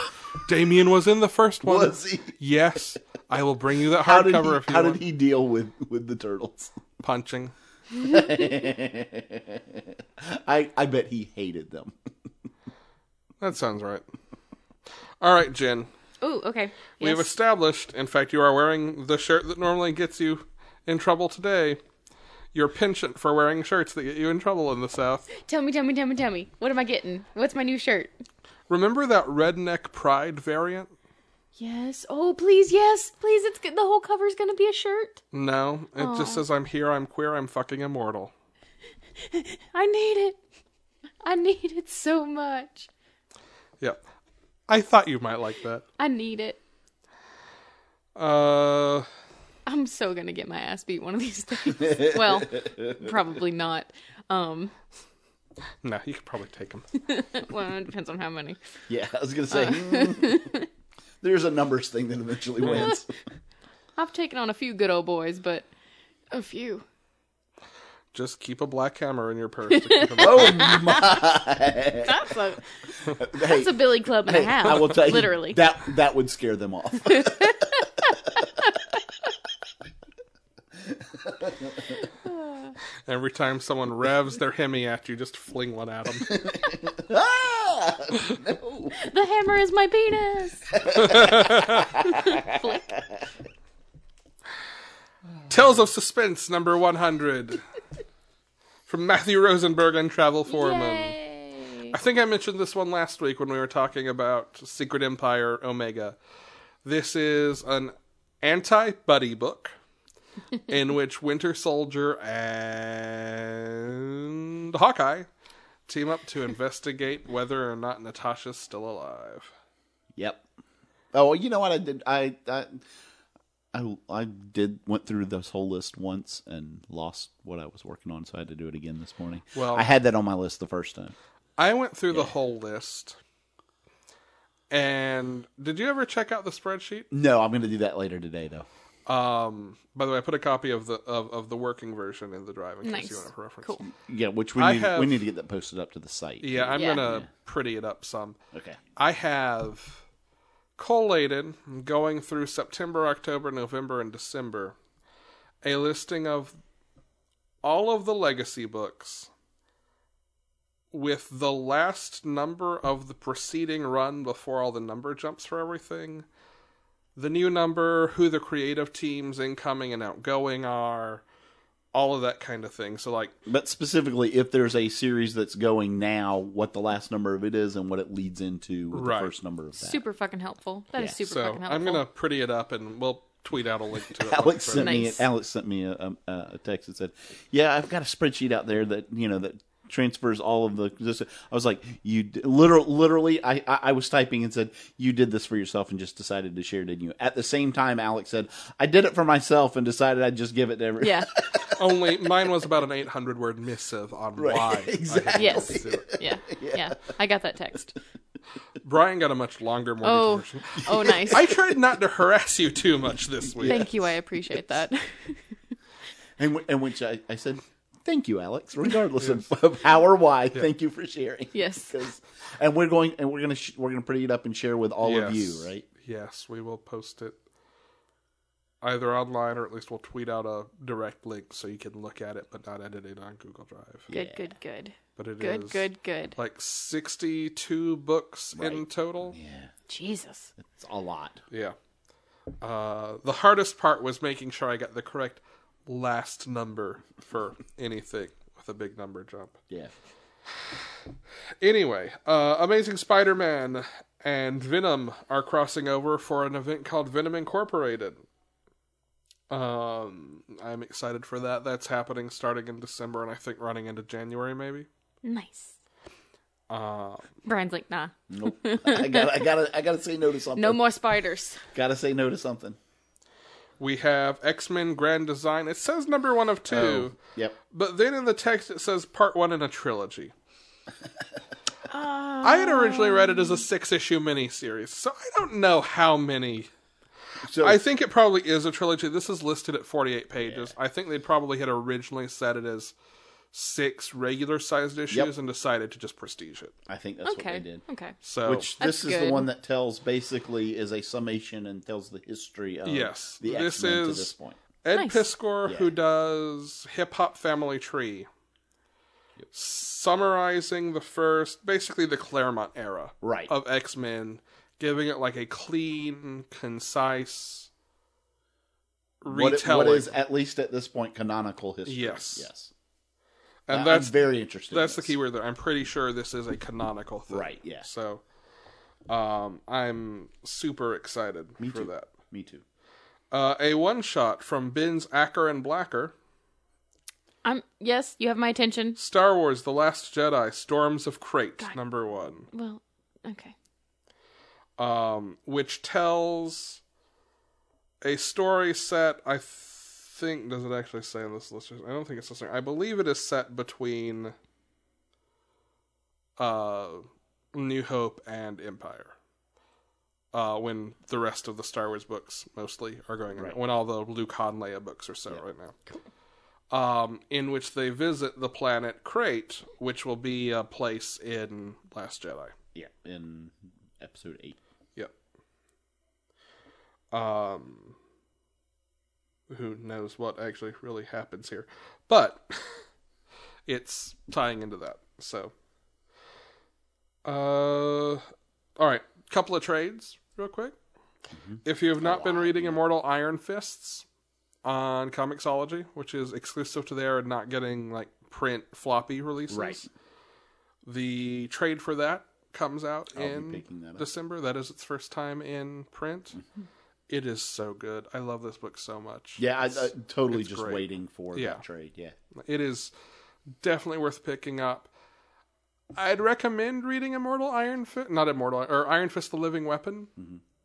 S1: Damien was in the first one.
S3: Was he?
S1: Yes, I will bring you that
S3: How did
S1: hardcover if
S3: he,
S1: you
S3: how
S1: want.
S3: did he deal with with the turtles?
S1: Punching.
S3: I I bet he hated them.
S1: That sounds right. All right, Jen.
S2: Ooh, okay.
S1: We have
S2: Yes.
S1: established, in fact, you are wearing the shirt that normally gets you in trouble today. You're penchant for wearing shirts that get you in trouble in the South.
S2: Tell me, tell me, tell me, tell me. What am I getting? What's my new shirt?
S1: Remember that redneck pride variant?
S2: Yes. Oh, please, yes, please. It's good. the whole cover's gonna be a shirt.
S1: No, it just says, I'm here, I'm queer, I'm fucking immortal.
S2: I need it. I need it so much.
S1: Yep. I thought you might like that.
S2: I need it.
S1: Uh,
S2: I'm so gonna get my ass beat one of these days. well, probably not. Um,
S1: no, you could probably take them.
S2: well, it depends on how many.
S3: Yeah, I was gonna say. hmm. There's a numbers thing that eventually wins.
S2: I've taken on a few good old boys, but a few.
S1: just keep a black hammer in your purse. To keep 'em-
S3: oh my!
S2: That's a
S3: Hey,
S2: that's a Billy Club and a
S3: hey,
S2: half.
S3: I will tell you,
S2: literally.
S3: that that would scare them off.
S1: Every time someone revs their hemi at you, just fling one at them.
S3: ah!
S2: the hammer is my penis.
S1: Tales of Suspense number 100 from Matthew Rosenberg and Travel Foreman.
S2: Yay.
S1: I think I mentioned this one last week when we were talking about Secret Empire Omega. This is an anti buddy book in which Winter Soldier and Hawkeye team up to investigate whether or not Natasha's still alive.
S3: Yep. Oh, you know what I did? I I I, I did went through this whole list once and lost what I was working on, so I had to do it again this morning.
S1: Well-
S3: I had that on my list the first time.
S1: I went through the whole list. And did you ever check out the spreadsheet?
S3: No, I'm going to do that later today, though.
S1: Um, by the way, I put a copy of the of, of the working version in the drive in case
S2: Nice.
S1: you want it for reference.
S2: Cool.
S3: Yeah, which we
S1: I
S3: need,
S1: have-
S3: we need to get that posted up to the site.
S1: Yeah, I'm
S2: Yeah.
S1: gonna pretty it up some.
S3: Okay.
S1: I have collated going through September, October, November, and December a listing of all of the legacy books with the last number of the preceding run before all the number jumps for everything the new number, who the creative teams incoming and outgoing are, all of that kind of thing. So like
S3: But specifically, if there's a series that's going now, what the last number of it is and what it leads into with
S1: Right.
S3: the first number of that.
S2: Super fucking helpful. That is
S3: Yeah.
S2: super
S1: so
S2: fucking helpful.
S1: I'm gonna pretty it up and we'll tweet out a link to it.
S3: Alex
S1: once
S3: sent
S1: we're-
S3: me.
S2: Nice.
S3: Alex sent me a, a, a text that said, "Yeah, I've got a spreadsheet out there that you know that transfers all of the." Just, I was like, "You d- literal, literally." I, I I was typing and said, "You did this for yourself and just decided to share, didn't you?" At the same time, Alex said, "I did it for myself and decided I'd just give it to everyone."
S2: yeah.
S1: Only mine was about an 800 word missive on why. I
S3: exactly.
S2: Yes.
S1: didn't do it.
S2: yeah. Yeah. I got that text.
S1: Brian got a much longer, more
S2: Oh.
S1: version.
S2: Oh, nice.
S1: I tried not to harass you too much this week.
S2: Thank you. I appreciate that.
S3: And w- and which I, I said, "Thank you, Alex. Regardless of, of how or why, thank you for sharing."
S2: yes.
S3: 'Cause- and we're going and we're gonna sh- we're gonna pretty it up and share with all of you, right?
S1: Yes, we will post it either online or at least we'll tweet out a direct link so you can look at it but not edit it on Google Drive.
S2: Good, good, good.
S1: But it is
S2: Good, good, good.
S1: like 62 books in total.
S3: Yeah,
S2: Jesus.
S3: it's a lot.
S1: Yeah. Uh, the hardest part was making sure I got the correct last number for anything with a big number jump.
S3: Yeah.
S1: Anyway, uh, Amazing Spider Man and Venom are crossing over for an event called Venom Incorporated. Um, I'm excited for that. That's happening starting in December and I think running into January, maybe.
S2: Nice.
S1: Uh,
S2: Brian's like, nah,
S3: Nope. I got. I got. to I got to say no to something.
S2: no more spiders.
S3: Got to say no to something.
S1: we have X Men Grand Design. It says number one of two,
S3: Yep.
S1: but then in the text it says part one in a trilogy.
S2: Uh,
S1: I had originally read it as a six issue miniseries, so I don't know how many.
S3: So
S1: I think it probably is a trilogy. This is listed at 48 pages. I think they probably had originally said it as six regular sized issues
S3: Yep.
S1: and decided to just prestige it.
S3: I think that's
S2: okay.
S3: what they did.
S2: Okay.
S1: So
S3: Which
S2: That's
S3: this is
S2: good.
S3: the one that tells basically is a summation and tells the history of
S1: Yes.
S3: the
S1: This
S3: X Men to
S1: is-
S3: this point.
S1: Ed
S2: Nice.
S1: Piskor,
S3: Yeah.
S1: who does Hip Hop Family Tree, summarizing the first, basically the Claremont era
S3: Right.
S1: of X Men, giving it like a clean, concise
S3: What, it-
S1: retelling.
S3: what is at least at this point canonical history?
S1: Yes.
S3: Yes.
S1: and
S3: I'm
S1: that's
S3: very interested. in
S1: That's the
S3: this.
S1: key word there. I'm pretty sure this is a canonical thing.
S3: Right, yeah.
S1: So um, I'm super excited
S3: Me
S1: for
S3: too.
S1: that.
S3: Me too.
S1: Uh, a one shot from Bin's Acker and Blacker.
S2: I'm. Um, Yes, you have my attention.
S1: Star Wars The Last Jedi Storms of Crate, number one.
S2: Well, okay.
S1: Um, which tells a story set, I think, does it actually say in this list? I don't think it's listening. I believe it is set between uh, New Hope and Empire. Uh, when the rest of the Star Wars books mostly are going,
S3: Right.
S1: when all the Luke Han Leia books are set right now, um, in which they visit the planet Crate, which will be a place in Last Jedi.
S3: Yeah. In episode eight.
S1: Yep. Um, who knows what actually really happens here, but it's tying into that. So, uh, all right, couple of trades real quick.
S3: Mm-hmm.
S1: If you have not been reading Immortal Iron Fists on Comixology, which is exclusive to there and not getting like print floppy releases,
S3: Right.
S1: the trade for that comes out
S3: I'll be
S1: in
S3: picking that up. Mm-hmm.
S1: December. That is its first time in print. It is so good. I love this book so much.
S3: Yeah. I, I, totally
S1: it's
S3: just
S1: great.
S3: waiting for
S1: Yeah.
S3: that trade. Yeah.
S1: It is definitely worth picking up. I'd recommend reading Immortal Iron Fist, not Immortal, or Iron Fist: The Living Weapon,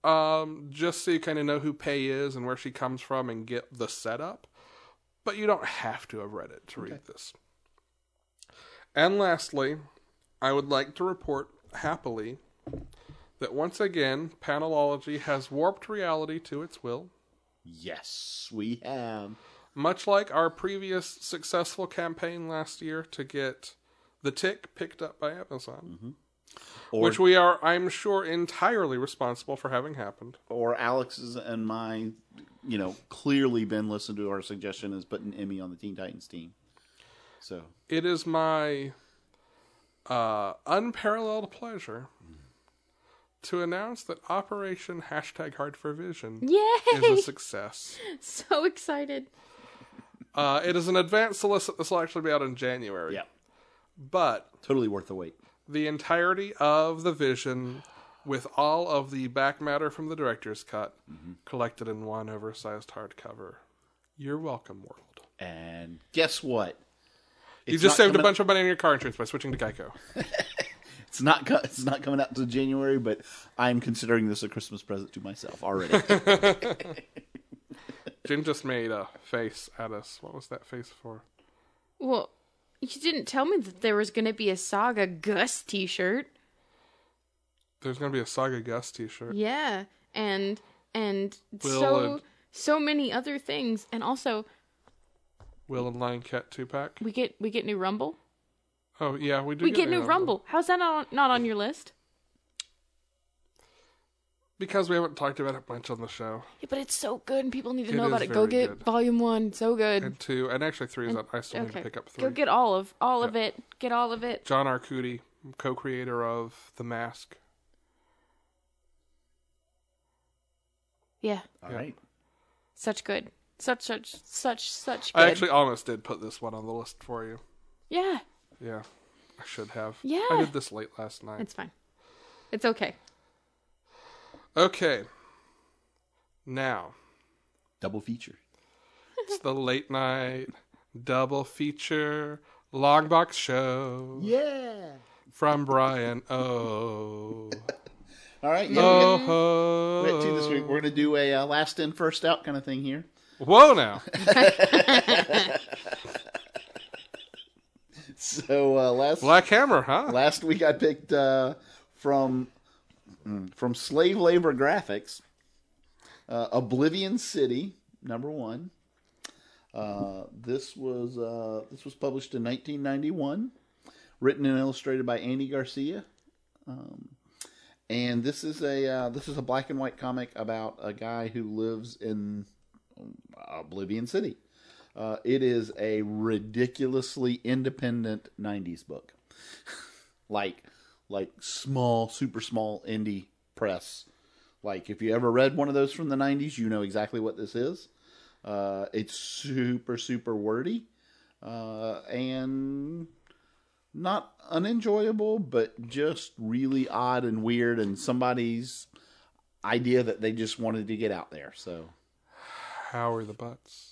S1: um, just so you kind of know who Pei is and where she comes from and get the setup. But you don't have to have read it to read this. And lastly, I would like to report happily that once again, Panelology has warped reality to its will
S3: Yes, we have.
S1: much like our previous successful campaign last year to get the tick picked up by Amazon,
S3: Or
S1: which we are, I'm sure, entirely responsible for having happened.
S3: or Alex's and my, you know, clearly been listened to our suggestion is putting Emmy on the Teen Titans team. So
S1: It is my uh, unparalleled pleasure to announce that Operation Hashtag Hard for Vision is
S2: Yay!
S1: a success.
S2: so excited.
S1: Uh, it is an advanced solicit. This will actually be out in January.
S3: Yeah.
S1: But
S3: Totally worth the wait.
S1: the entirety of the vision, with all of the back matter from the director's cut,
S3: Mm-hmm.
S1: collected in one oversized hardcover. You're welcome, world.
S3: And guess what?
S1: You
S3: It's
S1: just
S3: not
S1: saved a
S3: coming-
S1: bunch of money on your car insurance by switching to Geico.
S3: It's not co- it's not coming out till January, but I'm considering this a Christmas present to myself already.
S1: Jim just made a face at us. What was that face for?
S2: Well, you didn't tell me that there was going to be a Saga Gus t shirt.
S1: There's going to be a Saga Gus T-shirt.
S2: Yeah, and and
S1: Will
S2: so
S1: and-
S2: so many other things, and also
S1: Will and Lion Cat two pack.
S2: we get we get new Rumble.
S1: Oh yeah, we do.
S2: We get new Rumble. How's that not on, not on your list?
S1: because we haven't talked about it much on the show.
S2: Yeah, but it's so good, and people need to
S1: It
S2: know about
S1: is
S2: it. Go
S1: very
S2: get
S1: good.
S2: Volume One. So good.
S1: And two, and actually three is
S2: And-
S1: up. I still need to pick up three.
S2: Go get all of all of it. Get all of it.
S1: John Arcudi, co-creator of The Mask.
S2: Yeah,
S3: All right.
S2: such good. Such such such such good.
S1: I actually almost did put this one on the list for you.
S2: yeah,
S1: Yeah, I should have.
S2: Yeah.
S1: I did this late last night.
S2: it's fine. It's okay.
S1: Okay, now
S3: Double feature.
S1: it's the late night double feature long box show
S3: Yeah.
S1: from Brian O.
S3: All right. Yeah.
S1: Oh,
S3: We got, we got two this week. We're gonna do a uh, last in, first out kind of thing here.
S1: Whoa now.
S3: So uh, last
S1: Black Hammer, huh?
S3: last week I picked uh, from mm, from Slave Labor Graphics, uh, Oblivion City number one. Uh, this was uh, this was published in 1991, written and illustrated by Andy Garcia, um, and this is a uh, this is a black and white comic about a guy who lives in Oblivion City. Uh, it is a ridiculously independent 90s book like like small super small indie press like if you ever read one of those from the 90s you know exactly what this is uh, it's super super wordy uh, and not unenjoyable but just really odd and weird and somebody's idea that they just wanted to get out there so
S1: How are the butts?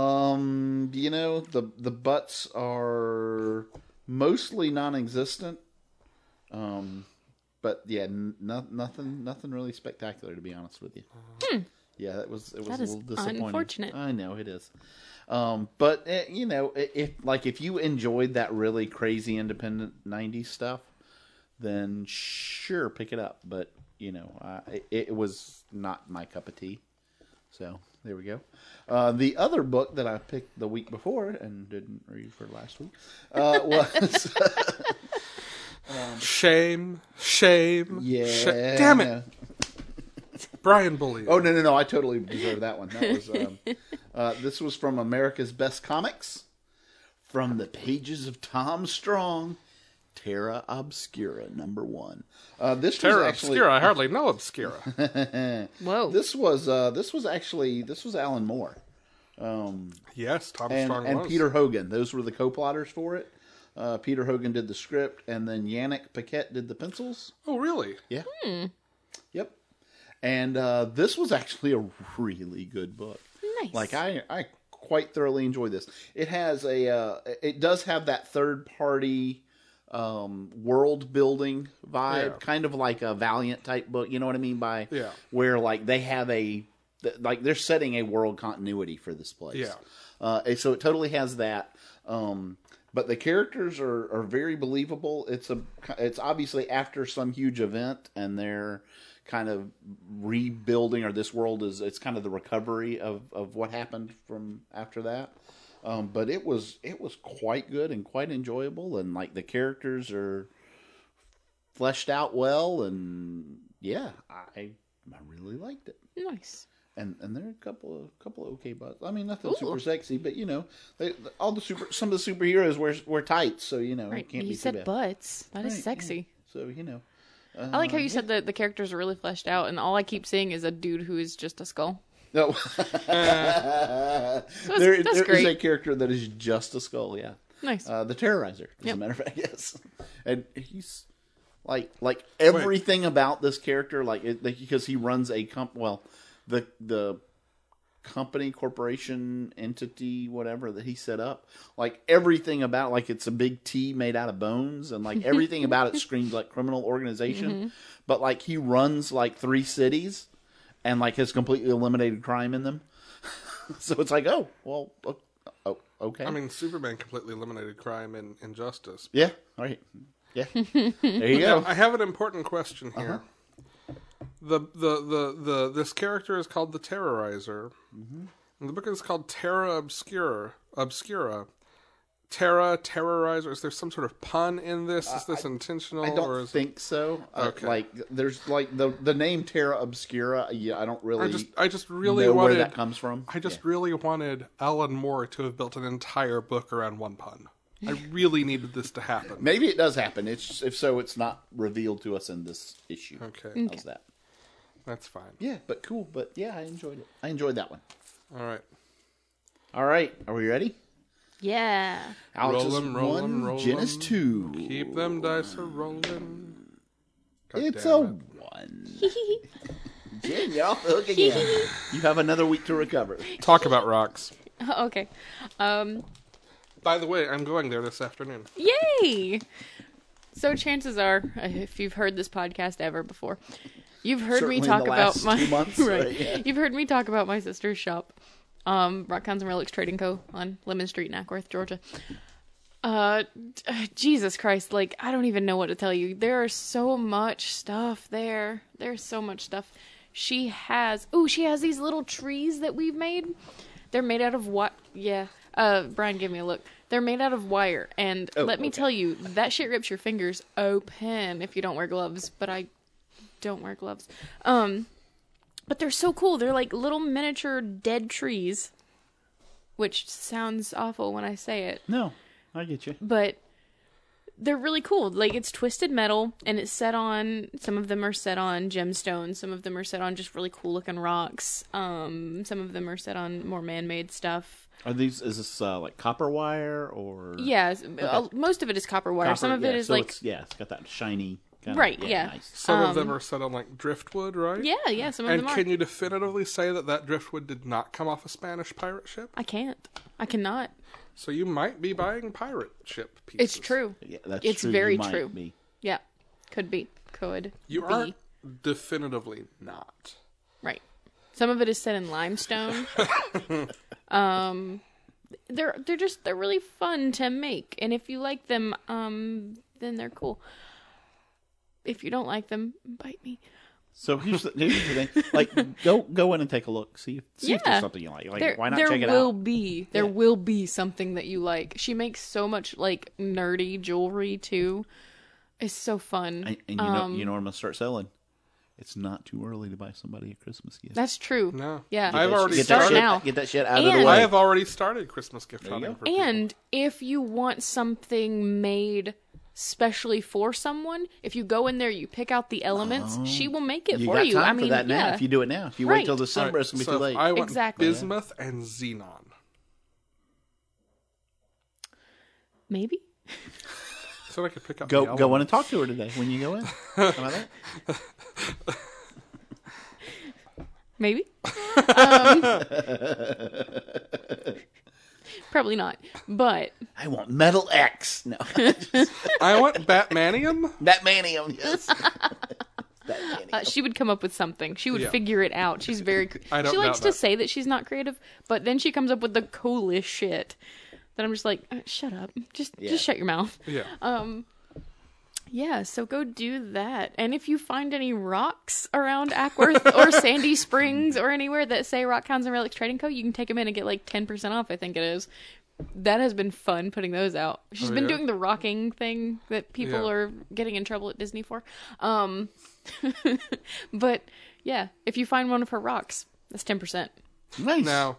S3: um, you know the the butts are mostly non-existent. Um, but yeah, n- no- nothing nothing really spectacular to be honest with you. Yeah, that was it was
S2: Hmm. That
S3: a
S2: is
S3: little disappointing.
S2: unfortunate.
S3: I know it is. Um, but eh, you know, i- if like if you enjoyed that really crazy independent '90s stuff, then sure, pick it up. But you know, uh, it, it was not my cup of tea. So there we go. Uh, the other book that I picked the week before and didn't read for last week uh, was
S1: Shame, shame.
S3: yeah.
S1: sha- Damn it, Brian Bully.
S3: Oh no no no! I totally deserve that one. That was um, uh, this was from America's Best Comics, from the pages of Tom Strong, Terra Obscura number one. Uh, this was
S1: Terra
S3: actually
S1: Obscura. I hardly know Obscura.
S2: Whoa.
S3: this was uh, this was actually this was Alan Moore.
S1: yes, Tom
S3: and,
S1: Strong
S3: and
S1: was.
S3: Peter Hogan. Those were the co-plotters for it. Uh, Peter Hogan did the script, and then Yannick Paquette did the pencils.
S1: Oh, really?
S3: Yeah. Yep. And uh, this was actually a really good book.
S2: Nice.
S3: Like I, I quite thoroughly enjoy this. It has a, uh, it does have that third party um, world building vibe,
S1: Yeah.
S3: kind of like a Valiant type book. You know what I mean by
S1: Yeah.
S3: where like they have a, th- like they're setting a world continuity for this place.
S1: Yeah.
S3: Uh, and so it totally has that. Um, but the characters are, are very believable. It's a it's obviously after some huge event, and they're kind of rebuilding, or this world is it's kind of the recovery of, of what happened from after that. Um, but it was it was quite good and quite enjoyable, and like the characters are fleshed out well, and yeah, I I really liked it
S2: nice.
S3: and and there are a couple of couple of okay butts. I mean, nothing super sexy, but you know, they, all the super some of the superheroes wear wear tights, so you know,
S2: Right.
S3: it can't
S2: you
S3: be too
S2: said
S3: bad.
S2: butts. That is
S3: Right, yeah.
S2: sexy.
S3: So you know,
S2: I like how you said that the characters are really fleshed out, and all I keep seeing is a dude who is just a skull.
S3: No. there
S2: that's
S3: there is
S2: great.
S3: a character that is just a skull, yeah.
S2: Nice.
S3: Uh, the terrorizer, as a
S2: Yep.
S3: matter of fact, yes. And he's like like everything about this character, like, it, like because he runs a comp well, the the company, corporation, entity, whatever that he set up, like everything about like it's a big T made out of bones and like everything about it screams like criminal organization.
S2: Mm-hmm.
S3: But like he runs like three cities and like has completely eliminated crime in them. so it's like, oh, well, o- oh, okay.
S1: I mean, Superman completely eliminated crime and injustice.
S3: Yeah. All right. Yeah. there you go.
S1: I have an important question
S3: Uh-huh.
S1: here. The, the the the this character is called the Terrorizer,
S3: Mm-hmm.
S1: and the book is called Terra Obscura. Obscura, Terra Terrorizer. Is there some sort of pun in this? Is this intentional?
S3: I
S1: or
S3: don't
S1: is
S3: think so. Uh,
S1: Okay.
S3: Like, there's like the the name Terra Obscura. Yeah, I don't really
S1: I just I just really
S3: know
S1: wanted
S3: where that comes from.
S1: I just really wanted Alan Moore to have built an entire book around one pun. I really needed this to happen.
S3: Maybe it does happen. It's just- if so, it's not revealed to us in this issue.
S1: Okay.
S3: How's that?
S1: That's fine.
S3: Yeah, but cool. But yeah, I enjoyed it. I enjoyed that one.
S1: All right.
S3: All right, are we ready?
S2: yeah.
S3: Alex
S1: Roll 'em, roll 'em, roll
S3: Jen is
S1: 'em.
S3: two.
S1: Keep them dice a rolling. God
S3: it's a
S1: damn it.
S3: one. Jen, you're off the hook again. you have another week to recover.
S1: Talk about rocks.
S2: Oh, okay. Um.
S1: By the way, I'm going there this afternoon.
S2: Yay! So chances are, if you've heard this podcast ever before, you've heard
S3: Certainly
S2: me
S3: in
S2: talk
S3: the
S2: about
S3: last
S2: my
S3: two months,
S2: right.
S3: right, yeah.
S2: You've heard me talk about my sister's shop, um, Rockhounds and Relics Trading Co. on Lemon Street in Ackworth, Georgia. Uh, d- Jesus Christ! Like I don't even know what to tell you. There is so much stuff there. There's so much stuff. She has. Oh, she has these little trees that we've made. They're made out of what? Yeah. Uh, Brian, give me a look. They're made out of wire, and let me tell you, that shit rips your fingers open if you don't wear gloves. But I don't wear gloves. Um, but they're so cool. They're like little miniature dead trees, which sounds awful when I say it
S3: No, I get you.
S2: but they're really cool. Like it's twisted metal and it's set on some of them are set on gemstones, some of them are set on just really cool looking rocks. Um some of them are set on more man-made stuff.
S3: Are these? Is this uh, like copper wire or?
S2: Yeah, s- uh, most of it is copper wire.
S3: Copper,
S2: some of
S3: yeah,
S2: it is
S3: so
S2: like
S3: it's- yeah, it's got that shiny. Kind
S2: Right,
S3: Of,
S2: yeah.
S3: Nice.
S1: Some of them are set on like driftwood, right?
S2: Um, yeah, yeah, some of
S1: And
S2: them are.
S1: can you definitively say that that driftwood did not come off a Spanish pirate ship?
S2: I can't. I cannot.
S1: So you might be buying pirate ship pieces.
S2: It's true.
S3: Yeah, that's
S2: It's
S3: true. You
S2: very
S3: might
S2: true.
S3: be.
S2: Yeah. Could be. Could.
S1: You
S2: be.
S1: are definitively not.
S2: Right. Some of it is set in limestone. um they're they're just they're really fun to make and if you like them um then they're cool. If you don't like them, bite me.
S3: So here's the, here's the thing. Like, go go in and take a look. See if, see if
S2: Yeah.
S3: there's something you like. Like,
S2: there
S3: why not
S2: there
S3: check it
S2: will
S3: out?
S2: be there
S3: Yeah.
S2: will be something that you like. She makes so much like nerdy jewelry too. It's so fun.
S3: And, and you
S2: um,
S3: know, you know what I'm gonna start selling. It's not too early to buy somebody a Christmas gift.
S2: That's true.
S1: No.
S2: Yeah.
S1: I've
S3: Get
S1: already
S3: that
S2: started
S3: shit,
S2: now.
S3: Get that shit out of the
S2: And-
S3: way.
S1: I have already started Christmas gift hunting. For people.
S2: And if you want something made specially for someone, if you go in there, you pick out the elements, she will make it
S3: Oh. you
S2: for
S3: got
S2: you.
S3: time
S2: I mean,
S3: for that
S2: yeah.
S3: now. If you do it now, if you wait
S2: Right.
S3: till
S1: All
S3: December,
S1: right,
S3: it's gonna be
S1: so
S3: too
S1: if
S3: late.
S1: I want
S2: Exactly.
S1: bismuth and xenon.
S2: Maybe.
S1: So I could pick up.
S3: Go
S1: the
S3: go in
S1: element.
S3: and talk to her today when you go in. How about that?
S2: Maybe. um, probably not. But
S3: I want metal X. No,
S1: I want Batmanium.
S3: Batmanium. Yes.
S2: uh, she would come up with something. She would
S1: Yeah.
S2: figure it out. She's very. Cre-
S1: I don't
S2: she likes
S1: doubt
S2: to
S1: that.
S2: say that she's not creative, but then she comes up with the coolest shit. That I'm just like, uh, shut up. Just
S3: Yeah.
S2: just shut your mouth.
S1: Yeah.
S2: Yeah, so go do that. And if you find any rocks around Ackworth or Sandy Springs or anywhere that say Rock Hounds and Relics Trading Co., you can take them in and get like 10% off, I think it is. That has been fun putting those out. She's
S1: Oh,
S2: been
S1: yeah?
S2: doing the rocking thing that people
S1: Yeah.
S2: are getting in trouble at Disney for. Um, but yeah, if you find one of her rocks, that's 10%.
S3: nice.
S1: now,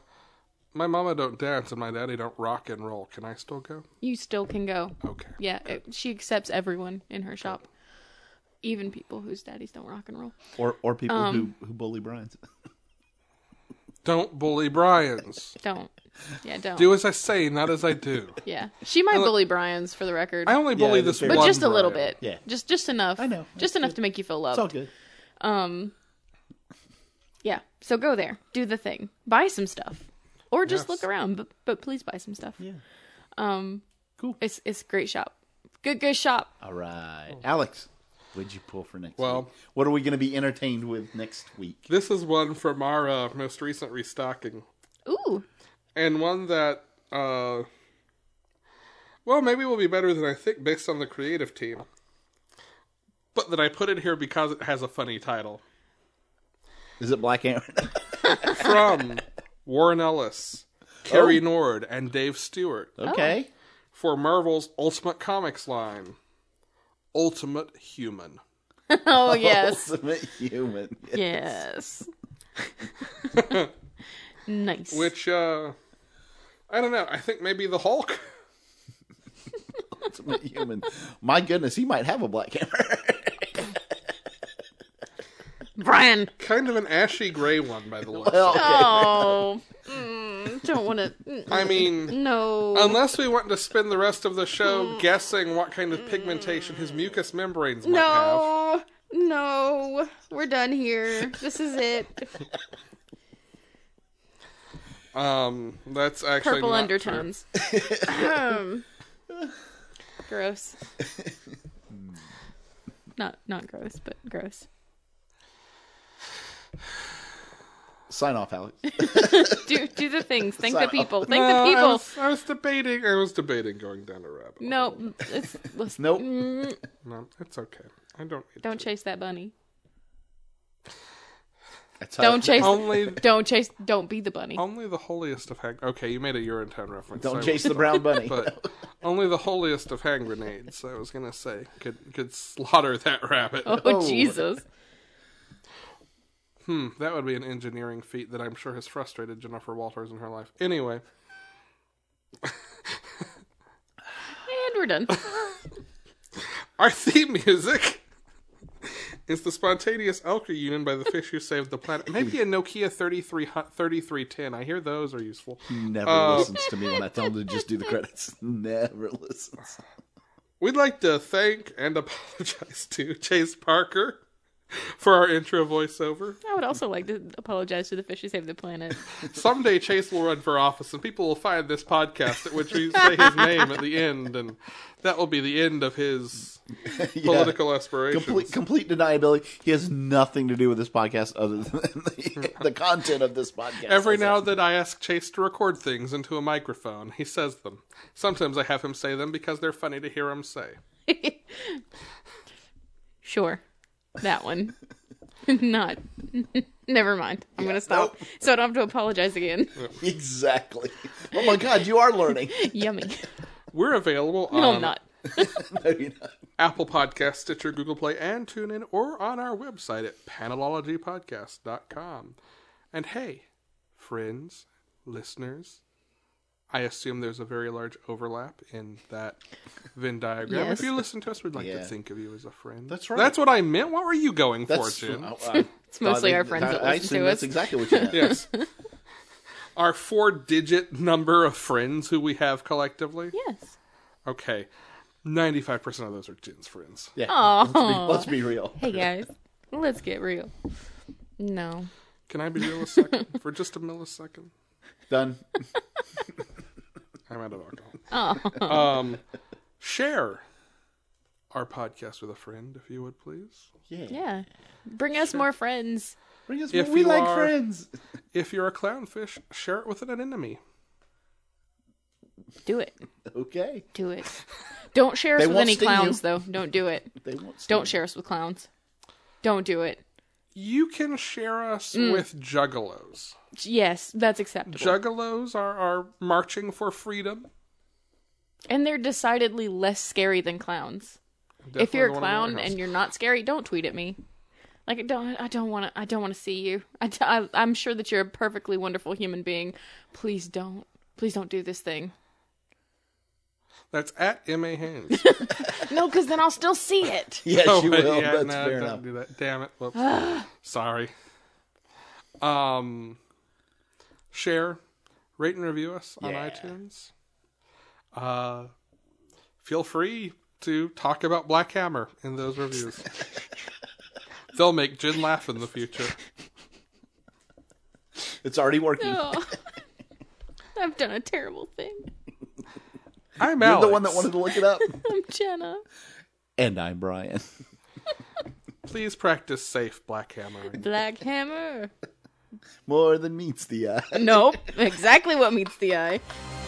S1: my mama don't dance and my daddy don't rock and roll. Can I still go?
S2: You still can go.
S1: Okay.
S2: Yeah, it, she accepts everyone in her shop. even people whose daddies don't rock and roll.
S3: or or people
S2: Um,
S3: who who bully Brian's.
S1: Don't bully Brian's.
S2: Don't. Yeah, don't.
S1: Do as I say, not as I do.
S2: yeah. She might
S1: look-
S2: bully Brian's for the record.
S1: I only bully
S3: Yeah,
S1: this
S3: that's fair.
S1: one.
S2: but just a little
S1: Brian.
S2: bit.
S3: Yeah.
S2: Just just enough.
S3: I know.
S2: Just enough to make you feel loved.
S3: It's all good.
S2: Um Yeah. So go there. Do the thing. Buy some stuff. Or just
S1: Yes.
S2: look around, but but please buy some stuff.
S3: Yeah.
S2: Um
S3: Cool.
S2: it's it's a great shop. Good good shop.
S3: All right, Alex. What'd you pull for next
S1: Oh. Well-
S3: week? What are we going to be entertained with next week?
S1: This is one from our uh, most recent restocking,
S2: Ooh.
S1: and one that, uh, well, maybe will be better than I think based on the creative team. But that I put it here because it has a funny title
S3: Is it Black Aaron?
S1: from Warren Ellis, Carrie
S3: Oh.
S1: Nord, and Dave Stewart
S3: okay.
S1: for Marvel's Ultimate Comics line, Ultimate Human.
S2: Oh yes.
S3: Ultimate human.
S2: yes. nice.
S1: Which, uh, I don't know. I think maybe the Hulk.
S3: Ultimate human. My goodness, he might have a Black Aaron.
S2: Brian.
S1: Kind of an ashy gray one, by the looks. of
S3: Well,
S1: it.
S3: okay.
S2: Oh. Mm, don't want to
S1: I mean,
S2: No.
S1: unless we want to spend the rest of the show guessing what kind of pigmentation his mucous membranes might have.
S2: No, no, we're done here. This is it.
S1: Um, that's actually
S2: Purple
S1: not
S2: undertones. um, gross.
S1: Hmm.
S2: Not not gross, but gross.
S3: Sign off, Alex.
S2: Do do the things. Thank
S3: Sign
S2: the
S3: off.
S2: people.
S1: true.
S2: Thank
S1: No,
S2: the
S1: I
S2: people.
S1: was, I was debating. I was debating going down a rabbit. hole.
S2: No, it's, let's-
S3: Nope.
S2: mm,
S1: no, it's okay. I don't. Need
S2: don't
S1: to.
S2: chase that bunny.
S3: That's how-
S2: Don't chase.
S1: Only, Oh.
S2: Don't chase. Don't be the bunny.
S1: only the holiest of hang. Okay, you made a Urinetown reference. I
S3: Don't
S1: was-
S3: chase the brown bunny.
S1: But only the holiest of hand grenades. I was gonna say could could slaughter that rabbit.
S2: Oh, Jesus!
S1: Hmm, that would be an engineering feat that I'm sure has frustrated Jennifer Walters in her life. Anyway.
S2: And we're done.
S1: Our theme music is the spontaneous Elka Union by the Fish Who Saved the Planet. Maybe a Nokia 33 3310. I hear those are useful.
S3: Never
S1: uh,
S3: listens to me when I tell him to just do the credits. Never listens.
S1: We'd like to thank and apologize to Chase Parker for our intro voiceover.
S2: I would also like to apologize to the fish who saved the planet.
S1: Someday Chase will run for office and people will find this podcast at which we say his name at the end, and that will be the end of his
S3: Yeah.
S1: political aspirations.
S3: Complete, complete deniability. He has nothing to do with this podcast other than the, the content of this podcast.
S1: Every
S3: That's
S1: now
S3: it.
S1: that I ask Chase to record things into a microphone, he says them. Sometimes I have him say them because they're funny to hear him say.
S2: sure. That one. Not. Never mind. I'm going to stop. So I don't have to apologize again.
S3: exactly. Oh my God, you are learning.
S2: Yummy.
S1: We're available on
S3: Um,
S2: No, I'm not.
S3: no, you're not.
S1: Apple Podcasts, Stitcher, Google Play, and TuneIn, or on our website at panelologypodcast.com. And hey, friends, listeners, I assume there's a very large overlap in that Venn diagram.
S2: Yes.
S1: If you listen to us, we'd like to
S3: Yeah.
S1: think of you as a friend.
S3: That's right.
S1: That's what I meant. What were you going
S3: That's
S1: for, Jim?
S3: it's
S2: mostly our friends that
S3: I, I
S2: listen to
S3: assume That's
S2: us.
S3: exactly what you meant.
S1: Yes. Our four digit number of friends who we have collectively.
S2: Yes.
S1: Okay. 95% of those are Jin's friends.
S3: Yeah.
S2: Oh.
S3: Let's be real.
S2: Hey, guys. Let's get real. No.
S1: Can I be real a second? For just a millisecond?
S3: Done.
S1: I'm out of alcohol.
S2: Oh.
S1: Um, share our podcast with a friend, if you would, please.
S3: Yeah.
S2: Yeah. Bring us more friends.
S3: Bring us
S1: If
S3: more. We
S1: you
S3: like
S1: are-
S3: friends.
S1: If you're a clownfish, share it with an enemy.
S2: Do it.
S3: Okay.
S2: Do it. Don't share us
S3: They
S2: with
S3: won't
S2: any
S3: sting
S2: clowns,
S3: you.
S2: though. Don't do it.
S3: They won't. see
S2: Don't
S3: you.
S2: share us with clowns. Don't do it.
S1: You can share us
S2: Mm.
S1: with juggalos.
S2: Yes, that's acceptable.
S1: Juggalos are, are marching for freedom.
S2: And they're decidedly less scary than clowns. if
S1: Definitely
S2: you're
S1: the one in the
S2: a clown
S1: warehouse.
S2: and you're not scary, don't tweet at me. Like I don't, I don't want to, I don't want to see you. I, d- I, am sure that you're a perfectly wonderful human being. Please don't, please don't do this thing.
S1: That's at M A Haynes.
S2: No, because then I'll still see it.
S3: Yes,
S1: Oh,
S3: you
S1: wait,
S3: will.
S1: yeah,
S3: That's
S1: no,
S3: fair
S1: don't
S3: enough.
S1: do that. Damn it. Whoops. Sorry. Um, share, rate, and review us on
S3: Yeah.
S1: iTunes. Uh, feel free to talk about Black Hammer in those reviews. They'll make Jin laugh in the future.
S3: It's already working.
S2: Oh. I've done a terrible thing.
S1: I'm
S3: You're
S1: Alex.
S3: the one that wanted to look it up.
S2: I'm Jenna.
S3: and I'm Brian.
S1: Please practice safe Black Hammering.
S2: Black Hammer.
S3: More than meets the eye.
S2: Nope. Exactly what meets the eye.